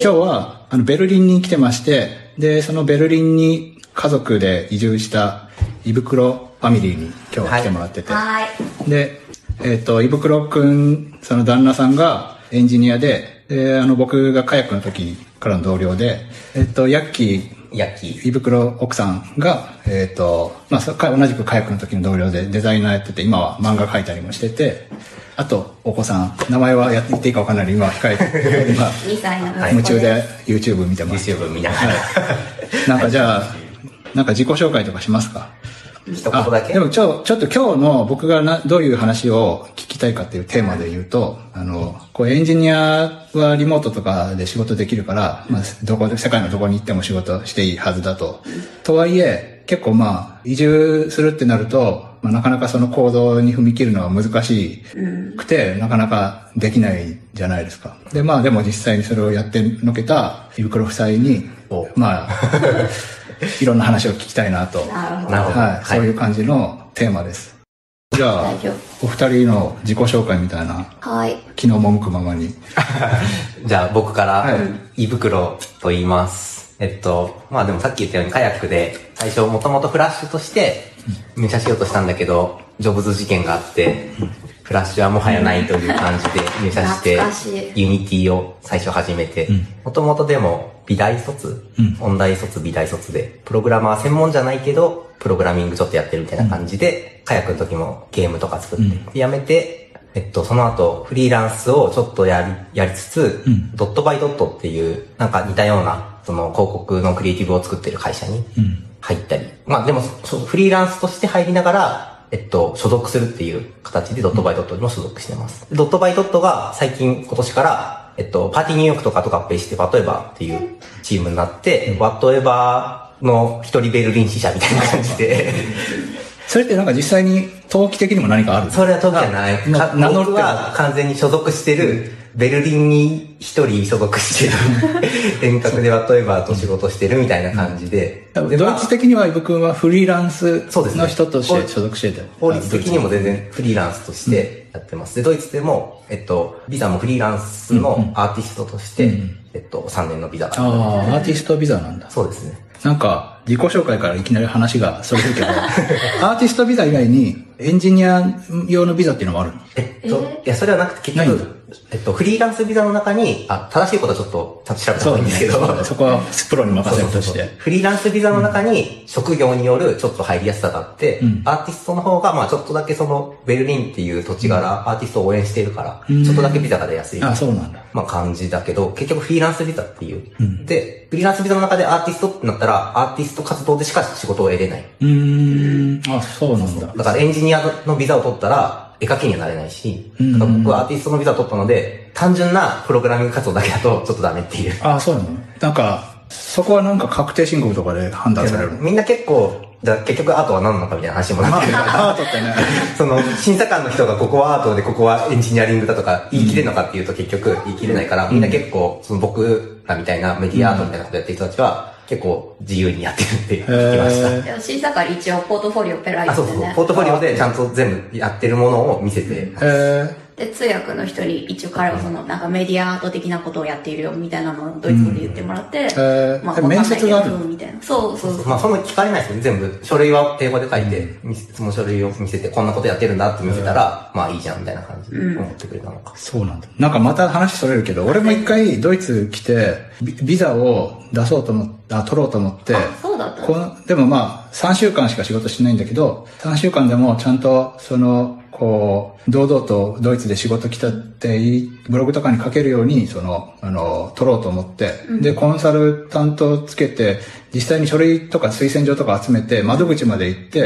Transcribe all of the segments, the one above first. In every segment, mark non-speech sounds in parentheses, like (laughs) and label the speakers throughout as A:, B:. A: 今日は、あの、ベルリンに来てまして、で、そのベルリンに家族で移住した、胃袋ファミリーに今日は来てもらってて。
B: は
A: で、えっ、と、胃袋くん、その旦那さんがエンジニアで、で、あの、僕がカヤックの時からの同僚で、えっ、と、ヤッキー、
C: 焼き。
A: 胃袋奥さんが、えっ、と、まあ、そか同じくカヤックの時の同僚でデザイナーやってて、今は漫画描いたりもしてて、あと、お子さん、名前はやって言っていいかわかんないので、今は控えて、今、
B: い。2歳の息子
A: 夢中で YouTube 見てます。
C: YouTube 見ながら。
A: なんかじゃあ、なんか自己紹介とかしますか
C: 一言だけ
A: あで。もちょ、ちょっと今日の僕がなどういう話を聞きたいかっていうテーマで言うと、あの、こうエンジニアはリモートとかで仕事できるから、まあ、どこで、世界のどこに行っても仕事していいはずだと。とはいえ、結構まあ、移住するってなると、まあ、なかなかその行動に踏み切るのは難しくて、なかなかできないじゃないですか。で、まあでも実際にそれをやってのけた、イブクロ夫妻に
C: お、 (laughs)
A: まあ、いろんな話を聞きたいなと。
B: なるほど。
C: なるほど。
A: はい、そういう感じのテーマです。じゃあ
B: 大丈、
A: お二人の自己紹介みたいな、
B: はい。
A: 気の赴くままに。
C: じゃあ僕から、
A: はい
C: 胃袋と言います。えっと、まあでもさっき言ったようにカヤックで最初もともとフラッシュとして入社しようとしたんだけど、ジョブズ事件があって、フラッシュはもはやないという感じで入社して
B: 懐かし、
C: ユニティを最初始めて、もともとでも美大卒、音大卒、美大卒で、プログラマー専門じゃないけど、プログラミングちょっとやってるみたいな感じで、カヤックの時もゲームとか作って、辞めて、えっと、その後、フリーランスをちょっとやり、やりつつ、ドットバイドットっていう、なんか似たような、その広告のクリエイティブを作ってる会社に入ったり、まあでも、そフリーランスとして入りながら、えっと、所属するっていう形でドットバイドットにも所属してます。ドットバイドットが最近、今年から、えっと、パーティーニューヨークとかと合併して、ワットエバーっていうチームになって、ワットエバーの一人ベルリン支社みたいな感
A: (laughs)
C: じで、
A: それってなんか実際に、投機的にも何かある
C: それは特じゃない。
A: な
C: か
A: 名乗って
C: 僕は完全に所属してる、ベルリンに一人所属
A: (laughs)
C: してる、 (laughs) 遠隔でワットエバーと仕事してるみたいな感じで。
A: ド
C: でまあ
A: イツ的には、イブ君はフリーランス
C: そうですね
A: の人とし
C: 法
A: て所属してて。
C: 法律的にも
A: あドイ
C: 全然フリーランスとしてやってます。で、ドイツでも、えっと、ビザもフリーランスのアーティストとして、えっと、3年のビザ
A: ツ
C: が。
A: ああ、アーティストビザなんだ。
C: そうですね。
A: なんか、自己紹介からいきなり話がそれ (laughs) るけど、アーティストビザ以外に、エンジニア用のビザっていうのもあるの
C: えっと、いや、それはなくて、結
A: ないんだ
C: 局、えっと、フリーランスビザの中に、あ、正しいことはちょっと、ちゃんと調べた方がいいんですけど、
A: そこはプロに任せるとし
C: そうそう
A: て
C: そう。フリーランスビザの中に職業によるちょっと入りやすさがあって、
A: ん
C: アーティストの方がまあちょっとだけそのベルリンっていう土地柄、アーティストを応援しているから、
A: うん
C: ちょっとだけビザが出やすい。
A: あ、そうなんだ。
C: まあ感じだけど、結局フリーランスビザっていう。で、フリーランスビザの中でアーティストってなったら、アーティスト活動でしか仕事を得れない。
A: うーん、あ、そうなんだ。
C: だからエンジニアのビザを取ったら、絵描きにはなれないし、
A: うん
C: だから僕はアーティストのビザを取ったので、単純なプログラミング活動だけだとちょっとダメっていう。
A: あ、そうなのなんか、そこはなんか確定申告とかで判断されるの。
C: みんな結構、じゃあ結局アートは何なのかみたいな話もなって
A: ま
C: くるから
A: あ、アートってね。
C: (laughs)
A: (laughs)
C: その、審査官の人がここはアートで、ここはエンジニアリングだとか、言い切れるのかっていうと結局言い切れないから、みんな結構、その僕らみたいなメディアアートみたいなことやってる人たちは、結構自由にやってるって聞きました。
A: へー
B: でも審査から一応ポートフォリオペライ
C: あ、
B: チ
C: そう
B: で
C: そう
B: ね。
C: ポートフォリオでちゃんと全部やってるものを見せて、
A: へ
B: で、通訳の人に一応彼はその、なんかメディアアート的なことをやっているよみたいなのをドイツ語で言ってもらって、
A: ー
B: まあ、
A: え面接がある
B: わかんないけどみたいな。そうそうそう。
C: まあそんな聞かれないですよね。全部、書類は英語で書いて、見せその書類を見せて、こんなことやってるんだって見せたら、まあいいじゃんみたいな感じで思ってくれたのか。
A: そうなんだ。なんかまた話それるけど、俺も一回ドイツ来て、ビビザを出そうと思って、あ取ろうと思って、
B: あそうだった
A: このでもまあ、3週間しか仕事しないんだけど、3週間でもちゃんと、その、こう、堂々とドイツで仕事来たっていい、ブログとかに書けるように、その、あの、取ろうと思って、で、コンサル担当つけて、実際に書類とか推薦状とか集めて、窓口まで行って、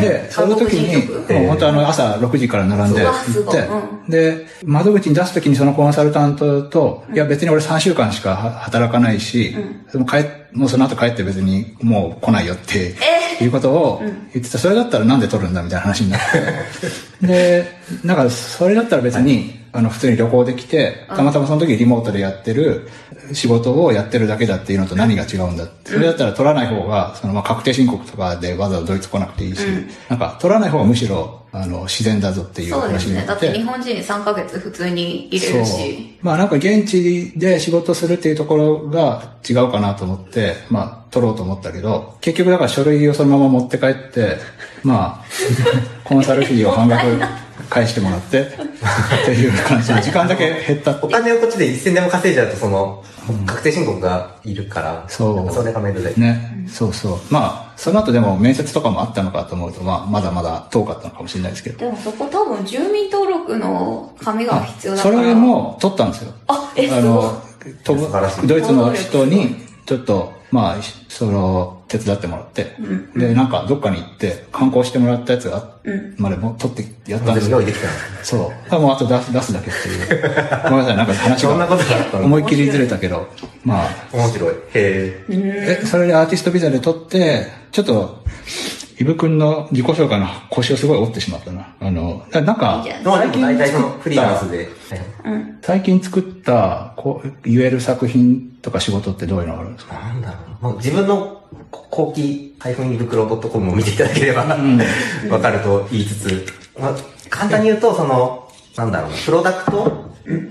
A: で、
B: え
A: その時に、
B: 韓国人
C: 局
A: もう本当あの、朝6時から並んで
B: うわす
A: 行っ
B: ごい
A: て、
B: う
A: で、窓口に出すときにそのコンサルタントと、いや別に俺3週間しかは働かないし、その帰もうその後帰って別にもう来ないよって、いうことを言ってた。それだったらなんで取るんだみたいな話にな
B: (laughs)
A: って。で、なんかそれだったら別に、あの普通に旅行できて、たまたまその時リモートでやってる仕事をやってるだけだっていうのと何が違うんだってそれだったら取らない方が、そのまあ確定申告とかでわざわざドイツ来なくていいし、なんか取らない方がむしろあの、自然だぞっていう
B: そうで
A: 話
B: す
A: に
B: ね。
A: な
B: だ
A: っ。
B: ってて日本人3ヶ月普通に入れるし。
A: まあなんか現地で仕事するっていうところが違うかなと思って、まあ取ろうと思ったけど、結局だから書類をそのまま持って帰って、まあ、 (laughs) コンサル費を半額返してもらって、 (laughs) っていう感じで、時間だけ減ったって
C: お
A: いう
C: 金をこっちで一銭でも稼いじゃうと、その、確定申告がいるから、
A: そう
C: なんかそれがめんどくさい。
A: ね、そうそう。まあ、その後でも面接とかもあったのかと思うと、まあ、まだまだ遠かったのかもしれないですけど。
B: でもそこ多分住民登録の紙が必要だか
A: そ
B: ら。
A: れも取ったんですよ。
B: あ、え、
A: あ
B: すごい。
A: の、と
C: 素晴らしい
A: ドイツの人に、ちょっと、まあ、その、手伝ってもらって、
B: うん
A: で、なんか、どっかに行って、観光してもらったやつが、
B: うん。
A: までも取ってやったんで
C: 私
A: す
C: 用
A: よ
C: 意。できたの。
A: そう。あもうあと出す、出すだけって
C: (laughs)
A: いう。ごめんなさい、なんか話
C: そんな
A: が
C: ことがあったの
A: 思いっきりずれたけど、まあ、
C: 面白い。へえ。
A: え、それでアーティストビザで取って、ちょっと、イブ君の自己紹介の腰をすごい折ってしまったな。あの、ななん
B: いい
A: か
B: じ、ゃん。
C: まあでも大体そのフリーランスで。
B: うん。
A: 最近作った、こう、言える作品とか仕事ってどういうのがあるんですか
C: なんだろう。もう自分の後期、ハイフン胃袋 .com を見ていただければ、 (laughs) わかると言いつつ、まあ、簡単に言うと、その、なんだろうな、プロダクト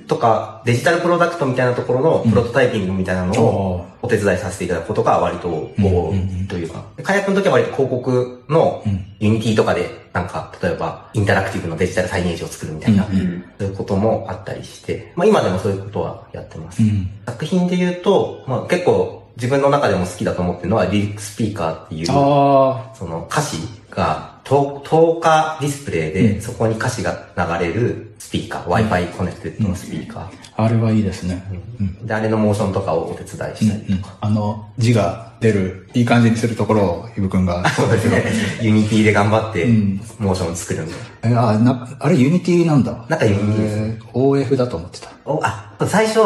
C: とか、デジタルプロダクトみたいなところのプロトタイピングみたいなの
A: お
C: をお手伝いさせていただくことが割と多いというか、でカヤックの時は割と広告のユニティとかで、なんか、例えば、インタラクティブのデジタルサイネージを作るみたいな、
B: うん。
C: そういうこともあったりして、まあ今でもそういうことはやってます。
A: ん。
C: 作品で言うと、まあ、結構自分の中でも好きだと思ってるのはリリックスピーカーっていう、
A: あ
C: その歌詞が10、10日ディスプレイ
A: うん
C: でそこに歌詞が流れるスピーカー、Wi-Fi コネクテッドのスピーカ
A: あ、あれはいいですね。
C: ー、うんで、あれのモーションとかをお手伝いしたりとか。
A: あの、字が出る、いい感じにするところを、イブ君が。
C: そうで
A: (laughs)
C: すね。ユニティで頑張って
A: うん、
C: モーションを作るみたいな。
A: え、あ、な、あれユニティなんだ。
C: なんかユニティです
A: えー OF だと思ってた。
C: お、あ、最初、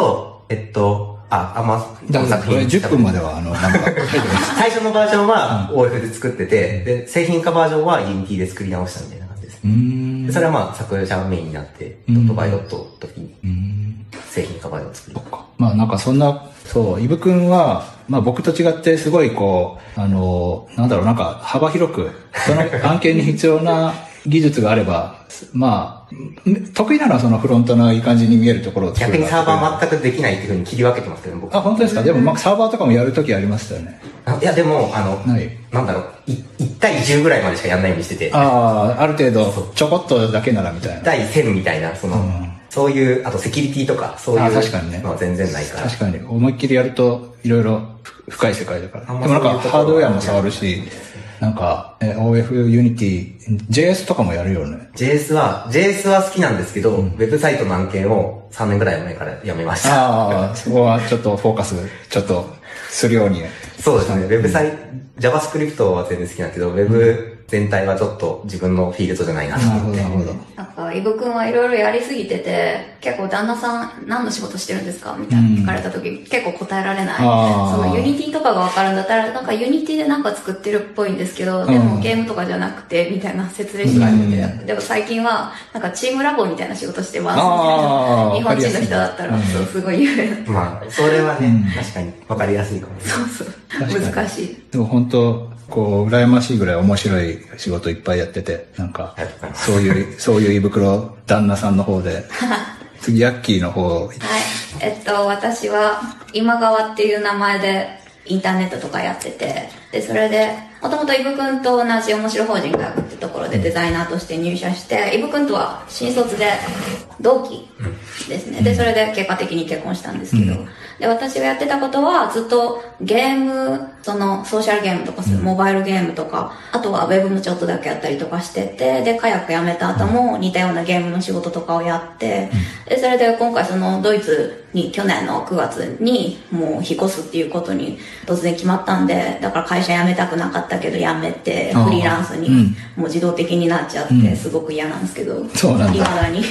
C: えっと、あ、あんま、
A: だから、これ10分までは、あの、なんか、 (laughs)
C: 最初のバージョンは OF で作ってて、で、製品化バージョンは Unity で作り直したみたいな感じです
A: う
C: ね。
A: ん
C: でそれはまあ作者メインになって、
A: う
C: ド
A: ん
C: ットバイドットの時に
A: うん。
C: 製品化バージョンを作ります。
A: まあなんかそんな、そう、イブ君は、まあ僕と違ってすごいこう、あの、なんだろう、なんか幅広く、その案件に必要な技術があれば、すまあ、ん得意なのはそのフロントのいい感じに見えるところを作る
C: 逆
A: の
C: に
A: が
C: サーバー全くできないっていうふうに切り分けてますけどね、僕。
A: あ、本当ですかでもまあサーバーとかもやるときありましたよね。
C: あいや、でも、あの、
A: ない。
C: なんだろう、い1対10ぐらいまでしかやんないようにしてて、1
A: ああ、ある程度、ちょこっとだけならみたいな。
C: 対1000みたいな、その、
A: うん
C: そういう、あとセキュリティとか、そうい
A: あ
C: う
A: 確かにね
C: のは全然ないから。
A: 確かに、思いっきりやると、いろいろ深い世界だから。で
C: あん
A: も
C: ま
A: なんか、
C: そういうところ
A: ハードウェアも触るし、なんか、え OF、Unity、JS とかもやるよね。
C: JS は、JS は好きなんですけど、ウェブサイトの案件を3年ぐらい前からやめました。
A: ああ、そこはちょっとフォーカス、ちょっとするように。
C: そうですね。ウェブサイ、JavaScript は全然好きなんだけど、ウェブ全体はちょっと自分のフィールドじゃないなと
A: なるほ
C: 思
A: ど、なる。
C: って
A: ほど。
B: なんか、イブ君はいろいろやりすぎてて、結構旦那さん何の仕事してるんですかみたいな聞かれた時、結構答えられない。そ
A: あー
B: のユニティとかがわかるんだったら、なんかユニティでなんか作ってるっぽいんですけど、で
A: う
B: も
A: ん
B: ゲームとかじゃなくて、みたいな説明書があるんで、
A: う
B: でも最近は、なんかチームラボみたいな仕事してますみ
A: あー
B: たいな。日本人の人だったら、
A: わかりやすい
B: そう、すごい有名な。
C: まあ、それはね、
A: うん
C: 確かに分かりやすいかもしれない。
A: (laughs) 確かに
B: 難しい。
A: でも本当、こう、羨ましいぐらい面白い仕事いっぱいやってて、なんか
C: ありがとうござい、ます
A: そういう、そういう胃袋、旦那さんの方
B: (laughs)
A: で、次、ヤッキーの方、
B: はい。えっと、私は、今川っていう名前で、インターネットとかやってて、で、それで、もともとイブ君と同じ面白法人がやってところでデザイナーとして入社して、イブ君とは新卒で同期ですね。で、それで結果的に結婚したんですけど、で、私がやってたことはずっとゲーム、そのソーシャルゲームとか、モバイルゲームとか、あとはウェブもちょっとだけやったりとかしてて、で、カヤック辞めた後も似たようなゲームの仕事とかをやって、で、それで今回そのドイツに去年の9月にもう引っ越すっていうことに突然決まったんで、だから会社辞めたくなかったけど辞めて、
A: あー
B: フリーランスに
A: うん
B: もう自動的になっちゃっ
A: うん
B: て、すごく嫌なんですけど、
A: そうなんだ
B: 未だに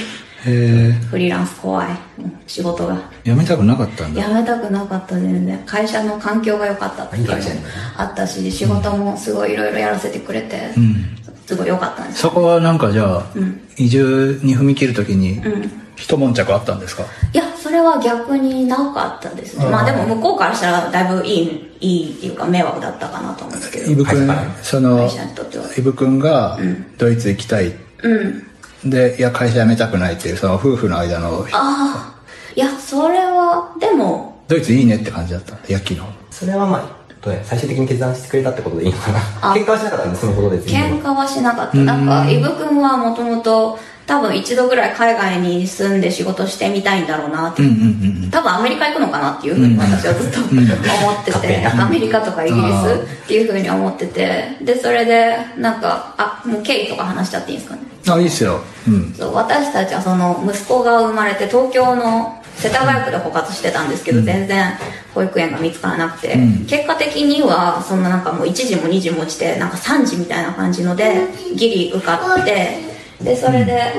A: え
B: フリーランス怖い。もう仕事が。
A: ー、辞めたくなかったん
B: 辞
A: だ。
B: めたくなかった全然会社の環境が良かったっていうのも
C: いい会社やね
B: あったし仕事もすごいいろいろやらせてくれて、
A: うん。
B: すごい良かったんです
A: そこはなんかじゃあ、
B: うん
A: 移住に踏み切るときに
B: う、ん
A: 一悶着あったんですか
B: いやそれは逆になかったですね
A: あー
B: まあでも向こうからしたらだいぶいいいいっていうか迷惑だったかなと思うんですけ
A: イ
B: ど
A: ブ君
C: はい、
A: その
B: 会、社にとっては
A: イブ君が
B: うん
A: ドイツ行きたいっ
B: うん。
A: で、いや、会社辞めたくないっていう、その夫婦の間の、
B: ああ、いや、それは、でも、
A: ドイツいいねって感じだった。いや、昨日。
C: それはまあ、どうや最終的に決断してくれたってことでいいのかな。
B: あ
C: 喧嘩はしなかったんで、そのことです
B: 喧嘩はしなかった。なんか、イブ君はもともと、多分一度ぐらい海外に住んで仕事してみたいんだろうなって
A: うんうんうんうん。
B: 多分アメリカ行くのかなっていうふうに私はずっと思って
C: 勝手
B: て、
C: に
B: アメリカとかイギリ
A: あ
B: スっていうふうに思ってて、で、それで、なんか、あ、もう経緯とか話しちゃっていいんですかね。
A: あ、いいっすよ。うん。
B: そう私たちはその息子が生まれて東京の世田谷区で保活してたんですけど、全然保育園が見つからなくて、
A: うん
B: 結果的にはそんななんかもう1時も2時も落ちてなんか3時みたいな感じのでギリ受かってでそれで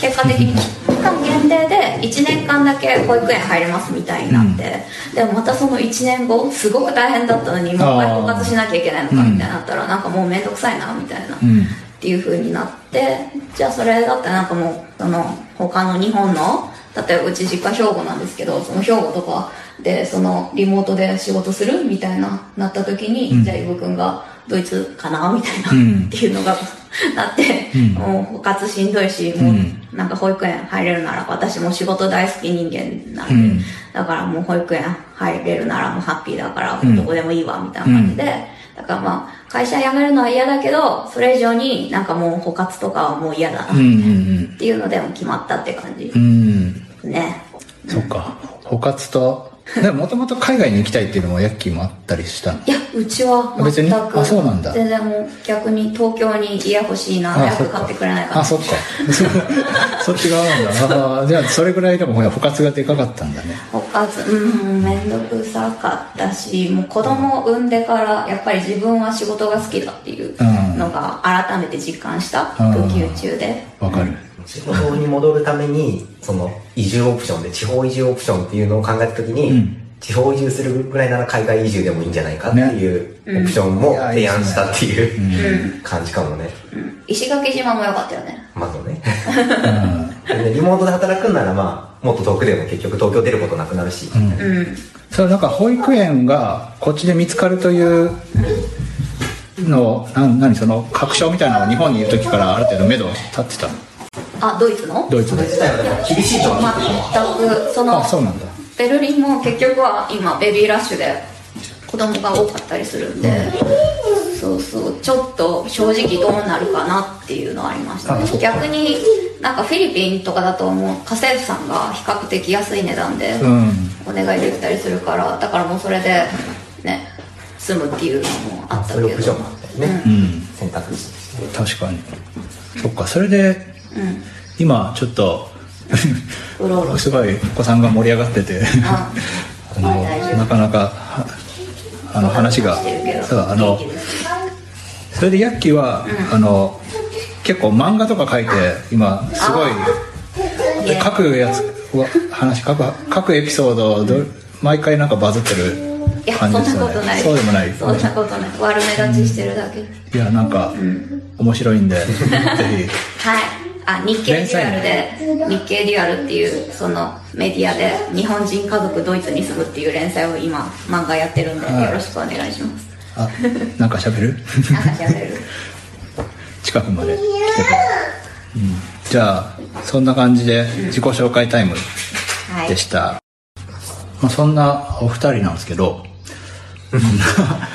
B: 結果的に期間限定で1年間だけ保育園入れますみたいになって、でもまたその1年後すごく大変だったのにもう一回保活しなきゃいけないのかみたいになったら、なんかもう面倒くさいなみたいな。
A: うん。
B: っていう風になってじゃあそれだったらなんかもうその他の日本の例えばうち実家兵庫なんですけどその兵庫とかでそのリモートで仕事するみたいななった時に、じゃあイブ君がドイツかなみたいな、
A: うん
B: っていうのが (laughs) なって、
A: うん
B: もう保活しんどいしもう
A: うん
B: なんか保育園入れるなら私も仕事大好き人間なんで、
A: うん
B: だからもう保育園入れるならもうハッピーだから
A: うん
B: どこでもいいわみたいな感じで、だからまあ会社辞めるのは嫌だけどそれ以上になんかもう保活とかはもう嫌だな
A: うんう
B: っ
A: ん
B: ていうのでもう決まったって感じで
A: うん。うん。
B: すね、
A: そっか。保活と、でももともと海外に行きたいっていうのもヤッキーもあったりしたの。
B: いやうちは
A: 別
B: 全
A: に
B: く
A: あそうなんだ
B: 全然もう逆に東京に家欲しいな
A: あそ
B: 早
A: っ
B: く
A: か
B: 買ってくれないか
A: あ、
B: な
A: そっか。そっち側なんだ。あーじゃあ、それぐらいでもほら、保活がでかかったんだね。
B: 保活うん面倒くさかったしもう子供を産んでからやっぱり自分は仕事が好きだっていうのが改めて実感した
A: うん
B: 空気宇宙で
A: わかる。
C: 地方に戻るために、その移住オプションで、地方移住オプションっていうのを考えたときに、
A: うん
C: 地方移住するぐらいなら海外移住でもいいんじゃないかっていう、オプションも提案したっていう、感じかもね。
B: うん石垣島も良かったよね
C: まずね。
A: うん。
C: でリモートで働くんならまあ、もっと遠くでも結局東京出ることなくなるし、
B: うん
A: それなんか保育園がこっちで見つかるというのなん何その確証みたいなのを日本にいる時からある程度目処立ってたの
B: あドイツの
A: ドイツ
C: それ
A: で
C: 自体はでも厳しいとは聞いてる
B: 全くその
A: あそうなんだ
B: ベルリンも結局は今ベビーラッシュで子供が多かったりするんで、そうそうちょっと正直どうなるかなっていうのはありましたね
A: あそっか
B: 逆になんかフィリピンとかだともう家政婦さんが比較的安い値段で
A: うん
B: お願いできたりするからだからもうそれでね住むっていうのもあった
C: そう
B: け
C: いうオプシ
B: ど
C: ョンもあったよね。
A: うん
C: 選択肢として。
A: 確かにそっかそれで
B: うん
A: 今ちょっと (laughs)
B: うろうろし
A: すごいお子さんが盛り上がって (laughs) て
B: あ
A: あのなかなかはあの話が
B: してるけど
A: そうあの
B: 元気です
A: それでヤッキーは、あの結構漫画とか書いて今すごいで書くやつは話書く書くエピソードど毎回なんかバズって
B: い
A: る
B: やそん
A: 感じで
B: な
A: すよ
B: ことな
A: ね
B: い
A: そうでもない
B: そんなことない悪目立ちしてるだ
A: い
B: け
A: やなんか面白いん
B: (laughs)
A: でぜ
B: はいあ日経デュアルで日経デュアルっていうそのメディアで日本人家族ドイツに住むっていう連載を今漫画やってるんで
A: はい
B: よろしくお願いします
A: ひあなんか喋る (laughs)
B: なんか喋る
A: 近くまで来てくれうんじゃあそんな感じで自己紹介タイム
B: はい
A: でした、まあ、そんなお二人なんですけど、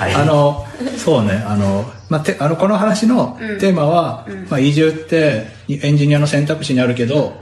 C: い
A: あのそうねあの,、まあ、てあのこの話のテーマは、まあ、移住ってエンジニアの選択肢にあるけど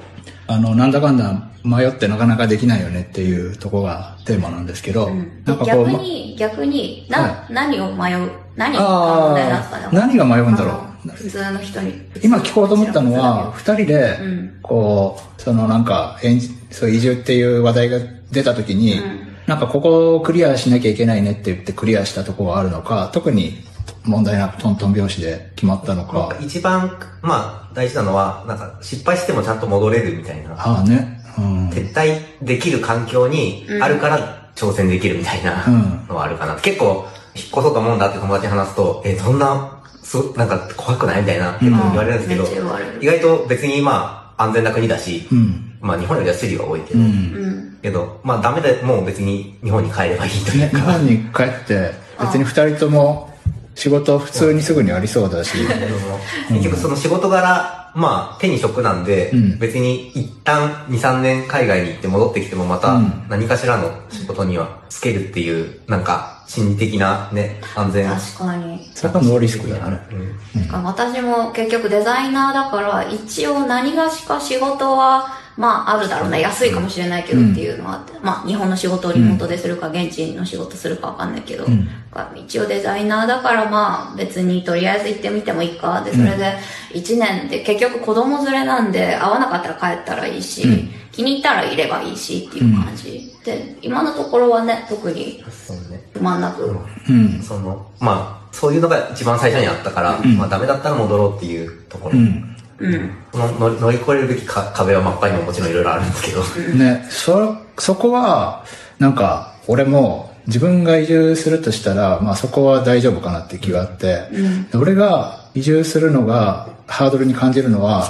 A: あのなんだかんだ迷ってなかなかできないよねっていうとこがテーマなんですけど、
B: うん
A: なんかこう
B: 逆に逆にな、
A: は
B: 何を迷う何が問
A: あ
B: 題なんですか
A: あ
B: ね
A: 何が迷うんだろう
B: あの普通の人に
A: 今聞こうと思ったのは、二人で
B: うん、
A: こう、そのなんか、エンジそう移住っていう話題が出た時に
B: うん、
A: なんかここをクリアしなきゃいけないねって言ってクリアしたとこはあるのか、特に問題なくトントン拍子で決まったの
C: なん
A: か
C: か。一番、まあ、大事なのは、なんか失敗してもちゃんと戻れるみたいな。
A: ああね。うん。
C: 撤退できる環境にあるから挑戦できるみたいな
A: うん
C: のはあるかな。結構、引っ越そうと思うんだって友達に話すと、え、そんな、すごなんか怖くないみたいな、結構言われるんですけど、
B: めっちゃ言われる
C: 意外と別にまあ、安全な国だし、
A: うん。
C: まあ日本よりはスリは多いけ
A: う
C: ど、
A: ん。
B: うん
C: けど、まあダメでもう別に日本に帰ればいいとい
A: ね
C: う、
A: 日
C: か、
A: 本に帰って、別に二人とも仕事普通にすぐにありそうだし、
C: あの結局その仕事柄、が、まあ、手に職なんで、
A: うん
C: 別に一旦2、3年海外に行って戻ってきてもま
A: う
C: た
A: ん
C: 何かしらの仕事にはつけるっていう、なんか、心理的なね、安全。
B: 確かに。
A: それがノーリスクだな。
C: うん
B: 私も結局デザイナーだから、一応何がしか仕事は、まああるだろうな、安いかもしれないけどっていうのはあって、まあ日本の仕事をリモートでするか、現地の仕事するかわかんないけど、
A: うん
B: 一応デザイナーだからまあ別にとりあえず行ってみてもいいか。で、それで1年で結局子供連れなんで会わなかったら帰ったらいいし、
A: うん
B: 気に入ったらいればいいしっていう感じ。で、今のところはね、特に
C: そうね。
B: 不満なく。
A: うん。
C: その、まあ、そういうのが一番最初にあったから、
A: ん
C: まあ、ダメだったら戻ろうっていうところ。
A: うん。
B: うん。
C: その乗り乗り越えるべきか壁は真っ赤にももちろんいろいろあるんですけど。
A: ね、そ、そこは、なんか、俺も、自分が移住するとしたら、まあそこは大丈夫かなって気があって、
B: うん
A: で俺が移住するのが、ハードルに感じるのは、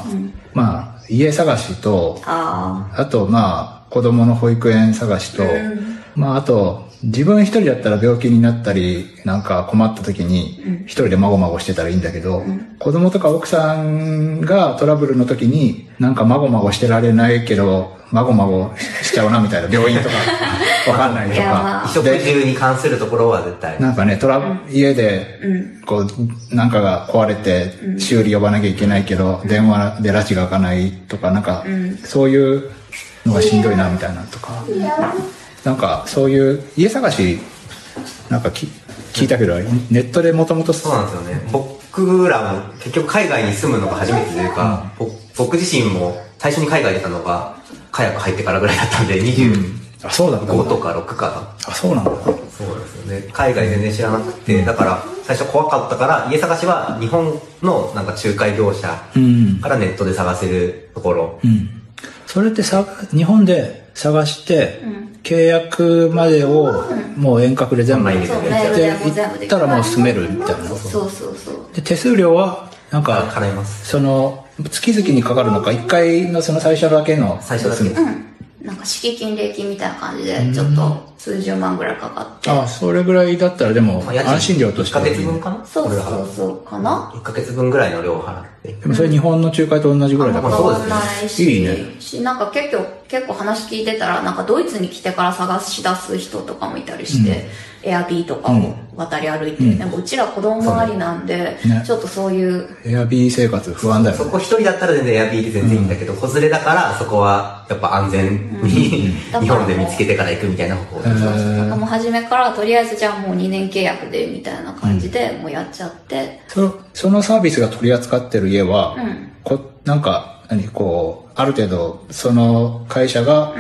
A: まあ、家探しと、
B: あ
A: あと、まあ、子供の保育園探しと、
B: うん
A: まあ、あと、自分一人だったら病気になったり、なんか困った時に、一人でまごまごしてたらいいんだけど、子供とか奥さんがトラブルの時に、なんかまごまごしてられないけど、まごまごしちゃうなみたいな、病院とか、わかんないと
B: いやまあ
A: か。
C: 衣食
A: で
C: 住に関するところは絶対。
A: なんかね、トラブ、家で、こう、なんかが壊れて、修理呼ばなきゃいけないけど、電話で拉致が開かないとか、なんか、そういうのがしんどいな、みたいなとか。なんか、そういう、家探し、なんかき聞いたけど、ネットでもともと、
C: そうなんですよね。僕らも結局海外に住むのが初めてというか、ぼ僕自身も最初に海外出たのが、カヤック入ってからぐらいだったんで、25
A: あ、そうだった
C: とか6か
A: あ、そうなんだ。
C: な。そうなんですよね。海外全然知らなくて、だから最初怖かったから、家探しは日本のなんか仲介業者
A: うん。
C: からネットで探せるところ。
A: うん。それってさ、日本で探して、契約までを、もう遠隔で全部
C: オンライン
A: 行
C: で
A: っ
C: ね
A: て、
B: そうメールでもう全
A: 行
B: 部できる
A: ったらもう住めるみたいな。
B: そうそうそう
A: で手数料はなんか
C: 叶います。
A: その月々にかかるのか1回のその最初だけの
C: 最初だけです。
B: なんか敷金礼金みたいな感じでちょっと数十万ぐらいかかって
A: あそれぐらいだったらでも
C: まあ家賃
A: 安心料として
C: 1ヶ月分かな
B: そう
C: 俺ら
B: そう
C: が
B: そうかな
C: 1ヶ月分ぐらいの量を払って。
A: でもそれ日本の仲介と同じぐらいだか
C: ま
A: ら
C: あそう
B: わ
C: で
B: か
C: す
B: ん
C: ね
B: ないし
A: いいね
B: しなんか結構結構話聞いてたらなんかドイツに来てから探し出す人とかもいたりして、エアビーとかを渡り歩いて、でもうちら子供ありなんで、
A: ね
B: ちょっとそういう
A: エアビー生活不安だよ
C: そ
A: ね
C: こ一人だったら全然エアビーで全然いいんだけど、子連れだからそこはやっぱ安全に、
B: うん
C: 日本で見つけてから行くみたいな方向で。
B: なんかもう初めからとりあえずじゃあもう2年契約でみたいな感じでもうやっちゃって、
A: そそのサービスが取り扱ってる家は、
B: うん
A: こなんか何こうある程度その会社が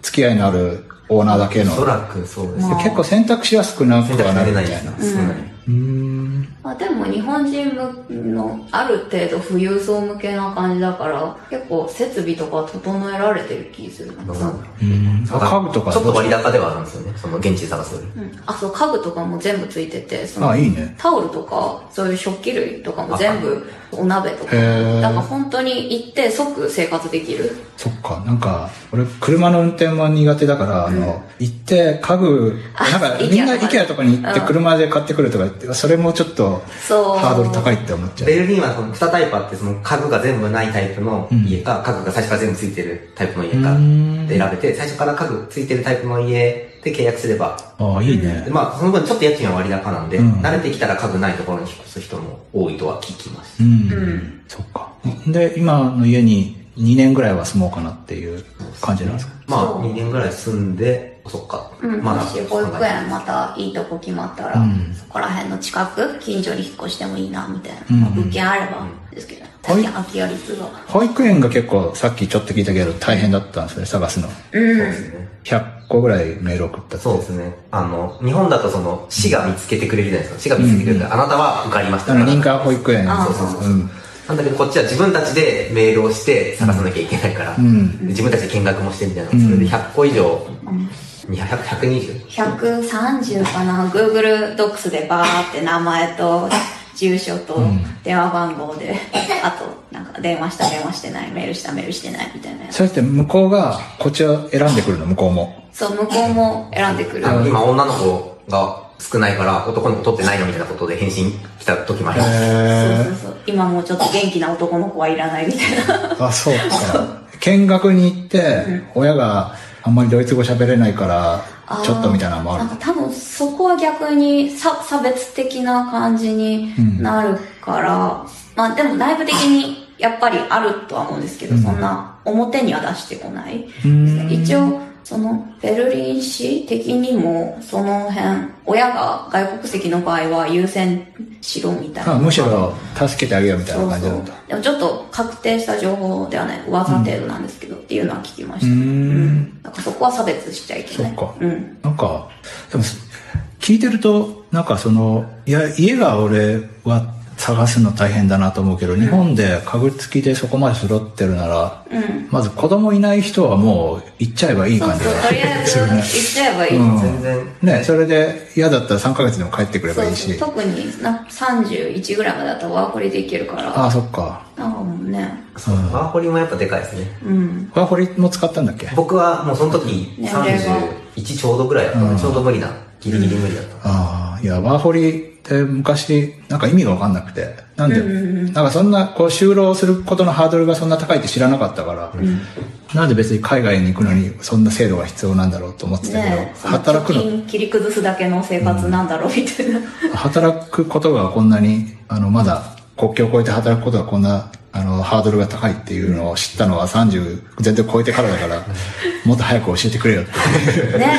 A: 付き合いのあるオーナーだけ
C: おそ
A: の、
C: らくそうですね。
A: 結構選択肢は少なく
C: 選
A: は
C: 択
A: な
C: さ
A: い
C: れ
A: みた
C: ない
A: い
C: で
A: な
C: すね。
B: ん
C: 少ないう
A: ーん
B: まあ、でも日本人のある程度富裕層向けな感じだから結構設備とか整えられてる気するな、
A: うん
C: ただ
A: 家具とか
C: ちょっと割高ではあるんですよね。その現地で探すより。
B: うんあそう家具とかも全部ついててその
A: あいいね
B: タオルとかそういう食器類とかも全部お鍋とか
A: へー
B: だから本当に行って即生活できる
A: そっか、なんか、俺、車の運転も苦手だから、あの、行って、家具、
B: あ
A: なんか、
B: IKEA
A: みんな
B: とか
A: IKEA とかに行って、
B: うん
A: 車で買ってくるとか言って、それもちょっと、
B: そう
A: ハードル高いって思っちゃう。
C: ベルリンはその2タイプあって、その家具が全部ないタイプの家か、家具が最初から全部ついてるタイプの家か
A: うん
C: で選べて、最初から家具ついてるタイプの家で契約すれば、
A: ああ、いい
C: で
A: ね。
C: まあその分ちょっと家賃は割高なんで、
A: うん
C: 慣れてきたら家具ないところに引っ越す人も多いとは聞きます。
A: うん。
B: うん
A: そっか。で、今の家に2年ぐらいは住もうかなっていう感じなんですか。
C: ま
B: そ
C: あ、
B: う
C: 2年ぐらい住んで、そっか。
B: うん、
C: ま
B: もし保育園またいいとこ決まったら、
A: うん
B: そこら辺の近く近所に引っ越してもいいなみたいな、
A: うん
B: まあ物件あればですけど最近空き家率が
A: 保育園が結構、さっきちょっと聞いたけど、大変だったんですよね、探すの。
B: うん
C: そうですね。
A: 100個ぐらいメール送ったって
C: そうですね。あの、日本だとその、市が見つけてくれるじゃないですか。市が見つけてくれるから、あなたは受かりました
A: あ
C: か
A: の、
C: ら。
A: 認可保育園。
B: あ
C: そうそうそう。
A: うん。
C: なんだけど、こっちは自分たちでメールをして探さなきゃいけないから、
A: ん
C: で自分たちで見学もしてみたいな。それで100個以上、200、120。
B: 130かな Google ドックスでバーって名前と住所と電話番号で、あとなんか電話した電話してないメールしたメールしてないみたいなやつ
A: それって向こうが、こっちを選んでくるの、向こうも。
B: そう向こうも選んでくる
C: あの、今女の子が少ないから男の子取ってないのみたいなことで返信来た時もあります。
B: そうそ
A: え
B: うそう。今もうちょっと元気な男の子はいらないみたいな。
A: ー、あ、そうか。見学に行って、親があんまりドイツ語喋れないから、ちょっとみたいなのもある
B: なん。か多分そこは逆に差差別的な感じになるから、まあでも内部的にやっぱりあるとは思うんですけど、そんな表には出してこない。
A: うん
B: 一応、そのベルリン市的にもその辺、親が外国籍の場合は優先しろみたいな
A: あ。むしろ助けてあげようみたい
B: そ
A: な
B: う
A: 感じ
B: そ
A: だっ
B: う
A: た。。
B: でもちょっと確定した情報ではない、噂程度なんですけど、っていうのは聞きました。
A: う
B: う
A: ーん
B: ん。なんかそこは差別しちゃいけない。
A: そっか
B: うん。
A: なんか、でも、聞いてると、なんかその、いや、家が俺は探すの大変だなと思うけど、日本で家具付きでそこまで揃ってるなら、
B: うん。
A: まず子供いない人はもう行っちゃえばいい
B: そう
A: 感じ
B: そう、
A: が
B: とりあえず
A: (laughs)
B: 行っちゃえばいい。
A: うん
C: 全然。
A: ね、それで嫌だったら3ヶ月でも帰ってくればいい
B: そう
A: し。
B: そう特にな31ぐらいまでだとワーホリで行けるから。
A: ああ、そっか。
B: なんかもうね。
C: そうワーホリもやっぱでかいですね。
B: うん。
A: ワーホリも使ったんだっけ
C: 僕はもうその時
B: 年齢が
C: 31ちょうどぐらいだったので、ちょうど無理な、ギリギリ無理だった。
A: ああ、いや、ワーホリって昔、なんか意味がわかんなくて。なんで、なんかそんな、こう、就労することのハードルがそんな高いって知らなかったから、なんで別に海外に行くのにそんな制度が必要なんだろうと思ってたけど、
B: ねえ、その
A: 働く
B: 貯
A: の、
B: 金切り崩すだけの生活なんだろうみたいな。
A: 働くことがこんなに、あの、まだ国境を越えて働くことがこんな、あの、ハードルが高いっていうのを知ったのは30、全然超えてからだから、もっと早く教えてくれよっていう。
B: ね。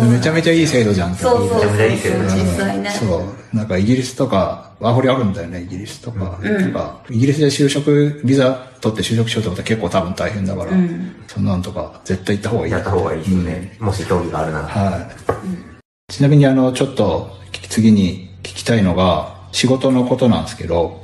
A: うん、めちゃめちゃいい制度じゃんって
B: そうそうそうそう、
C: めちゃめちゃいい制度だ
B: 実際ね。
A: そう。なんかイギリスとか、ワーホリあるんだよね、イギリスとか。とかイギリスで就職、ビザ取って就職しようってことは結構多分大変だから、そんなんとか絶対行った方がいい。
C: やった方がいいですよね。もし興味があるなら。
A: はい。ちなみにあの、ちょっと次に聞きたいのが、仕事のことなんですけど、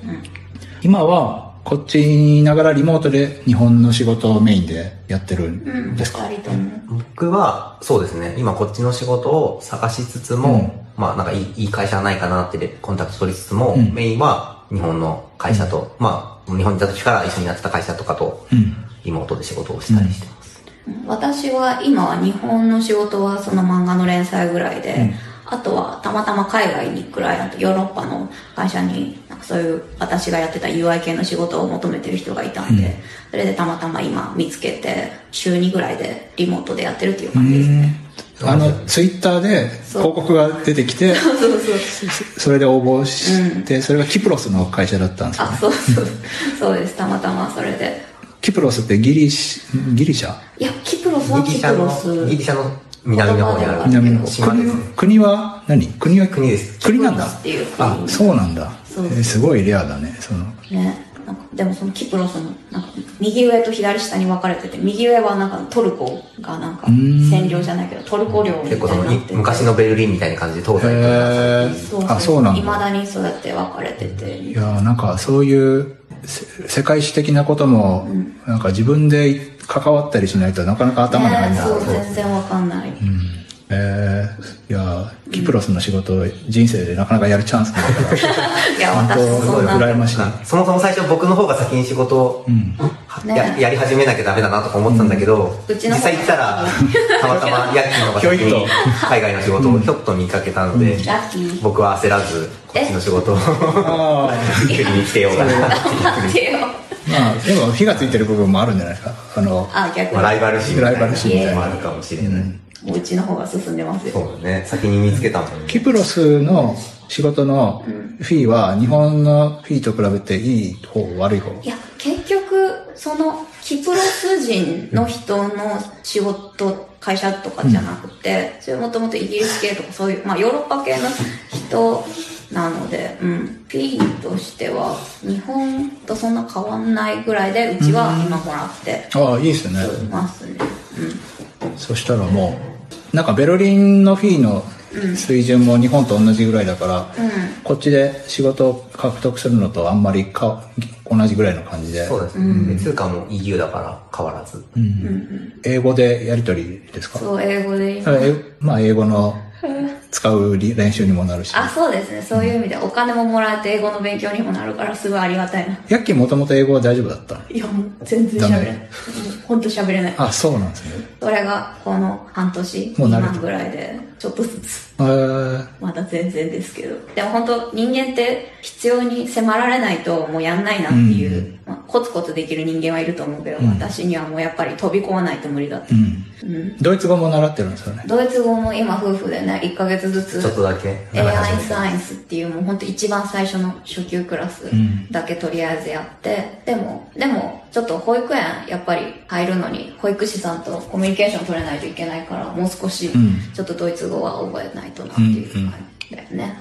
A: 今はこっちにいながらリモートで日本の仕事をメインでやってる
B: うんん、
A: ですか、
B: 二人とも。
C: 僕は、そうですね、今こっちの仕事を探しつつも、まあなんかいいいい会社ないかなってでコンタクト取りつつも、
A: うん
C: メインは日本の会社と、まあ日本にいた時から一緒になってた会社とかと、
A: うん
C: リモートで仕事をしたりしてます。
B: 私は今は日本の仕事はその漫画の連載ぐらいで、あとはたまたま海外にクライアントヨーロッパの会社になんかそういう私がやってた UI 系の仕事を求めてる人がいたんで、それでたまたま今見つけて週2ぐらいでリモートでやってるっていう感じですね、
A: あの、ツイッターで
B: そう
A: 広告が出てき
B: (laughs)
A: て、
B: そうそうそう
A: それで応募して、それがキプロスの会社だったんですよ
B: あ
A: ね。
B: そうそうそうですたまたまそれで
A: キプロスってギリシ、ギリシャ
B: いやキプロスは
C: ギリ
B: キ
C: シ
B: プ
C: ャ
B: ロ
C: の、ギ
B: ス
C: リシャの南の方にある。
A: 南の
C: 島ですね。
A: 国国は何国は
C: 国です
A: 国なん
B: キプ
A: だ
B: ロスっていう国
A: あ、そうなんだ。え
B: そう
A: ーすごいレアだね。その、
B: ねなんかでもそのキプロスのなんか右上と左下に分かれてて右上はなんかトルコがなんか占領じゃないけどトルコ領みた
C: 結
B: いに
C: 構そ
B: なっ
C: の
B: てて
C: 昔のベルリンみたいな感じで東西と
A: へ
C: 南
A: ーあ、そうなん
B: いま
A: だ。
B: だにそうやって分かれてて
A: いやーなんかそういうせ世界史的なことも、なんか自分で関わったりしないとなかなか頭に入ら
B: ね
A: ない。
B: そう全然分かんない、
A: えー、いやーキプロスの仕事、人生でなかなかやるチャンスないから。
B: いや
A: 本当
B: 私そんな
A: 羨ましい。
C: そもそも最初僕の方が先に仕事をや
B: ね
C: やり始めなきゃダメだなとか思ってたんだけど、
B: うんうち
C: 実
B: の方が
C: 際行ったら、たまた
B: (laughs)
C: まヤッキーの方が先
A: ひょい
C: に
A: っ
C: 海外の仕事をひょっと見かけたので、
B: ラッキー
C: 僕は焦らず、こっちの仕事を
A: ああ。
C: 国に来てようかなっていう
B: 待ってよ
A: まあ、でも火がついてる部分もあるんじゃないですか。あの、
B: (laughs) あ逆
C: まあライ
B: に
C: バル心みたい
A: ライバル心
B: みたい
A: な
C: なのもあるかもしれない。
B: もううちの方が進んでますよ
C: そうだね。先に見つけたもんね。
A: キプロスの仕事のフィーは日本のフィーと比べていい方、悪い方。
B: いや、結局、その、キプロス人の人の仕事、会社とかじゃなくて、それもともとイギリス系とかそういう、まあヨーロッパ系の人なので、うん。P としては、日本とそんな変わんないぐらいで、うちは今もらって
A: ああ、いいですね。
B: ますね。
A: そしたらもう、なんかベルリンのフィーの水準も日本と同じぐらいだから、こっちで仕事を獲得するのとあんまりか同じぐらいの感じで、
C: そうですね。で通貨も EU だから変わらず。
A: 英語でやりとりですか
B: そう、英語で今。
A: えまあ、英語
B: (laughs)
A: の使うり練習にもなるし。
B: あ、そうですね。そういう意味で、お金ももらえて、英語の勉強にもなるから、すごいありがたいな。
A: ヤッキーもともと英語は大丈夫だった
B: いや、もう全然喋れない。もうほんと喋れない。
A: あ、そうなんですね。
B: それがこの半年
A: もう慣れた
B: 今ぐらいでちょっとずつ
A: えー
B: 学まだ全然ですけど。でも本当人間って必要に迫られないともうやんないなっていう、
A: うん
B: まあ、コツコツできる人間はいると思うけど、
A: うん
B: 私にはもうやっぱり飛び込まないと無理だって
A: う。ん。
B: うん。
A: ドイツ語も習ってるんですよね。
B: ドイツ語も今夫婦でね、1ヶ月ず
C: ちょっと
B: つ、
C: だけ
B: エアイン
C: た
B: サイエンスっていうもう本当一番最初の初級クラス
A: うん
B: だけとりあえずやって、でも、でもちょっと保育園やっぱり入るのに保育士さんとコミュニケーション取れないといけないから、もう少し、
A: うん。
B: ちょっとドイツ語は覚えないとなっていう感じだよね。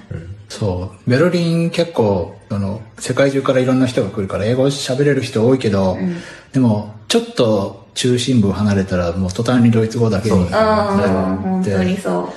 A: そう。ベルリン結構、あの、世界中からいろんな人が来るから、英語喋れる人多いけど、
B: うん
A: でも、ちょっと中心部離れたら、もう途端にドイツ語だけ
C: そう
A: に
C: ですね
B: ああ、
A: な
B: 本
A: っ
B: 当に
A: て。
B: そ